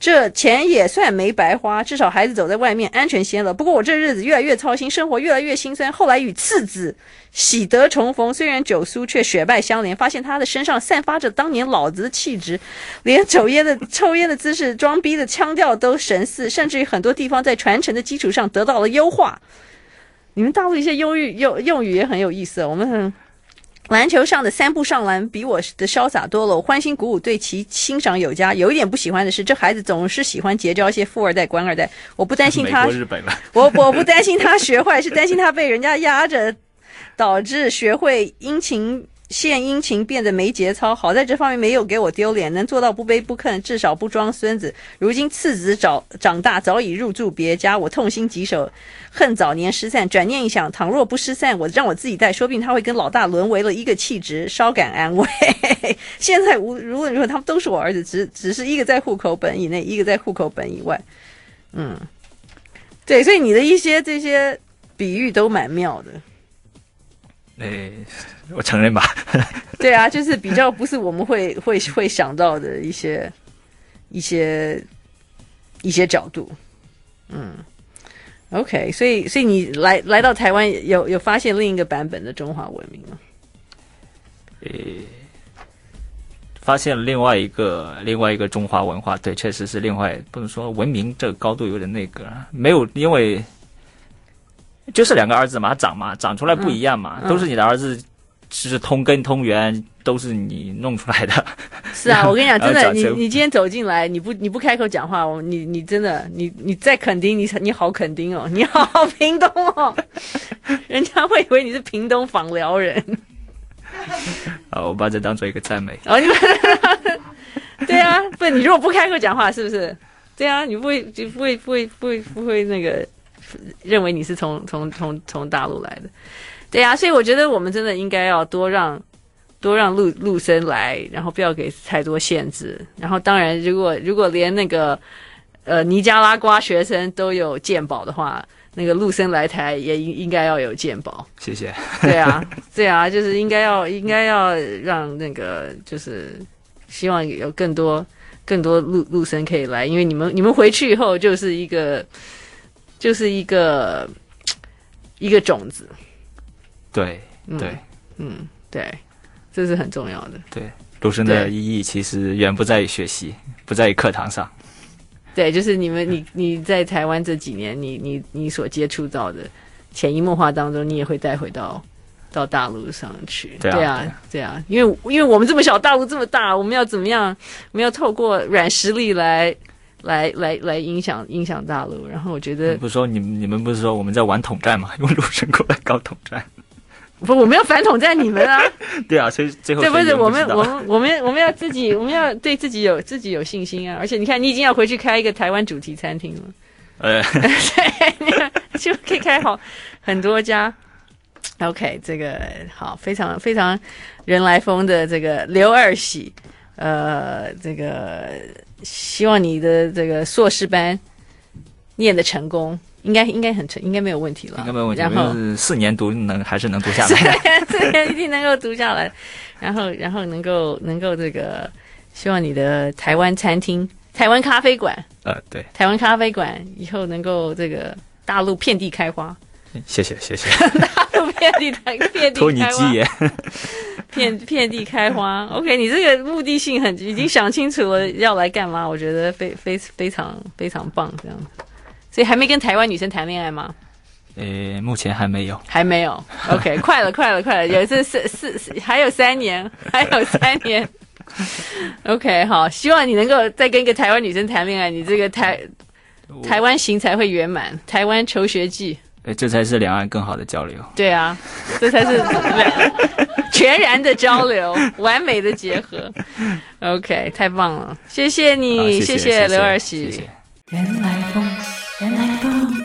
[SPEAKER 2] 这钱也算没白花，至少孩子走在外面安全些了。不过我这日子越来越操心，生活越来越心酸。后来与次子喜得重逢，虽然九苏却血脉相连，发现他的身上散发着当年老子的气质，连抽烟的抽烟的姿势、装逼的腔调都神似，甚至于很多地方在传承的基础上得到了优化。你们大陆一些用语用用语也很有意思哦，我们很。篮球上的三步上篮比我的潇洒多了，我欢欣鼓舞，对其欣赏有加。有一点不喜欢的是，这孩子总是喜欢结交一些富二代、官二代。我不 (laughs) 担心
[SPEAKER 3] 美
[SPEAKER 2] 他
[SPEAKER 3] 国、日本了，
[SPEAKER 2] 我我不担心他学坏，是担心他被人家压着，导致学会殷勤。献殷勤变得没节操，好在这方面没有给我丢脸，能做到不卑不亢，至少不装孙子。如今次子早长大，早已入住别家，我痛心疾首，恨早年失散。转念一想，倘若不失散，我让我自己带，说不定他会跟老大沦为了一个气质，稍感安慰。 (laughs) 现在无无论如何，他们都是我儿子，只只是一个在户口本以内，一个在户口本以外。嗯，对，所以你的一些这些比喻都蛮妙的。
[SPEAKER 3] 哎，我承认吧。
[SPEAKER 2] 对啊，就是比较不是我们会 (laughs) 会会想到的一些一些一些角度。嗯，OK，所以所以你来来到台湾有有发现另一个版本的中华文明吗？
[SPEAKER 3] 呃发现另外一个另外一个中华文化，对，确实是另外不能说文明这个高度有点那个，啊没有因为就是两个儿子嘛，他长嘛，长出来不一样嘛，
[SPEAKER 2] 嗯嗯
[SPEAKER 3] 都是你的儿子，是通根通源，都是你弄出 (laughs) 来的。
[SPEAKER 2] 是啊，我跟你讲，真
[SPEAKER 3] 然
[SPEAKER 2] 的，
[SPEAKER 3] 后
[SPEAKER 2] 你
[SPEAKER 3] 讲成
[SPEAKER 2] 你今天走进来，你不你不开口讲话，我你你真的你你再垦丁，你你好垦丁哦，你好 (laughs) 屏东哦，人家会以为你是屏东访辽人。
[SPEAKER 3] 啊，我把这当做一个赞美。
[SPEAKER 2] 哦，你们 (laughs) 对啊，不，你如果不开口讲话，是不是？对啊，你不会，就不会，不会，不会，不会那个认为你是从从从从大陆来的。对啊，所以我觉得我们真的应该要多让多让陆陆生来，然后不要给太多限制。然后当然，如果如果连那个呃尼加拉瓜学生都有鉴宝的话，那个陆生来台也应应该要有鉴宝。
[SPEAKER 3] 谢谢。
[SPEAKER 2] 对啊， (laughs) 对啊，就是应该要应该要让那个就是希望有更多更多陆陆生可以来，因为你们你们回去以后就是一个就是一个一个种子，
[SPEAKER 3] 对
[SPEAKER 2] 嗯
[SPEAKER 3] 对
[SPEAKER 2] 嗯，对，这是很重要的。
[SPEAKER 3] 对，陆生的
[SPEAKER 2] 对
[SPEAKER 3] 意义其实远不在于学习，不在于课堂上。
[SPEAKER 2] 对，就是你们你你在台湾这几年，你你你所接触到的潜移默化当中，你也会带回到。到大陆上去，
[SPEAKER 3] 对啊
[SPEAKER 2] 对啊，对啊，因为因为我们这么小，大陆这么大，我们要怎么样？我们要透过软实力来来来来影响影响大陆。然后我觉得
[SPEAKER 3] 不是说你们你们不是说我们在玩统战嘛， (laughs) 用陆生过来搞统战？
[SPEAKER 2] 不，我们要反统战你们
[SPEAKER 3] (laughs)
[SPEAKER 2] 啊！
[SPEAKER 3] 对啊，所以最后
[SPEAKER 2] 对，不
[SPEAKER 3] 谁
[SPEAKER 2] 是
[SPEAKER 3] 赢
[SPEAKER 2] 我
[SPEAKER 3] 知
[SPEAKER 2] 们
[SPEAKER 3] 道
[SPEAKER 2] 我们我们我们要自己，我们要对自己有自己有信心啊！而且你看，你已经要回去开一个台湾主题餐厅了。
[SPEAKER 3] 呃， (laughs)
[SPEAKER 2] 就可以开好很多家。OK，这个好，非常非常人来疯的这个刘二喜，呃，这个希望你的这个硕士班念的成功，应该应该很成，应该没有问题了，
[SPEAKER 3] 应该没有问题，
[SPEAKER 2] 然后
[SPEAKER 3] 就是四年读能还是能读下来
[SPEAKER 2] (laughs)
[SPEAKER 3] 的。
[SPEAKER 2] 这个一定能够读下来，然后然后能够能够这个，希望你的台湾餐厅、台湾咖啡馆、
[SPEAKER 3] (laughs) 呃，对，
[SPEAKER 2] 台湾咖啡馆以后能够这个大陆遍地开花。
[SPEAKER 3] 谢谢
[SPEAKER 2] (laughs)
[SPEAKER 3] 谢谢，
[SPEAKER 2] 遍地开遍地
[SPEAKER 3] 托你
[SPEAKER 2] 开
[SPEAKER 3] 吉
[SPEAKER 2] 花，
[SPEAKER 3] 言。
[SPEAKER 2] 遍遍地开花。OK，你这个目的性很已经想清楚了要来干嘛，我觉得非非非常非常棒这样子。所以还没跟台湾女生谈恋爱吗？
[SPEAKER 3] 呃，目前还没有。
[SPEAKER 2] 还没有。OK，快了，快了，快了，也是四四四，还有三年，还有三年。OK，好，希望你能够再跟一个台湾女生谈恋爱，你这个台台湾行才会圆满，台湾求学记。
[SPEAKER 3] 呃，这才是两岸更好的交流。
[SPEAKER 2] 对啊，这才是全然的交流，完美的结合。OK，太嗯棒了，谢谢
[SPEAKER 3] 啊
[SPEAKER 2] 你，谢
[SPEAKER 3] 谢谢
[SPEAKER 2] 刘二
[SPEAKER 3] 谢谢
[SPEAKER 2] 喜。
[SPEAKER 1] 原来风，原来风。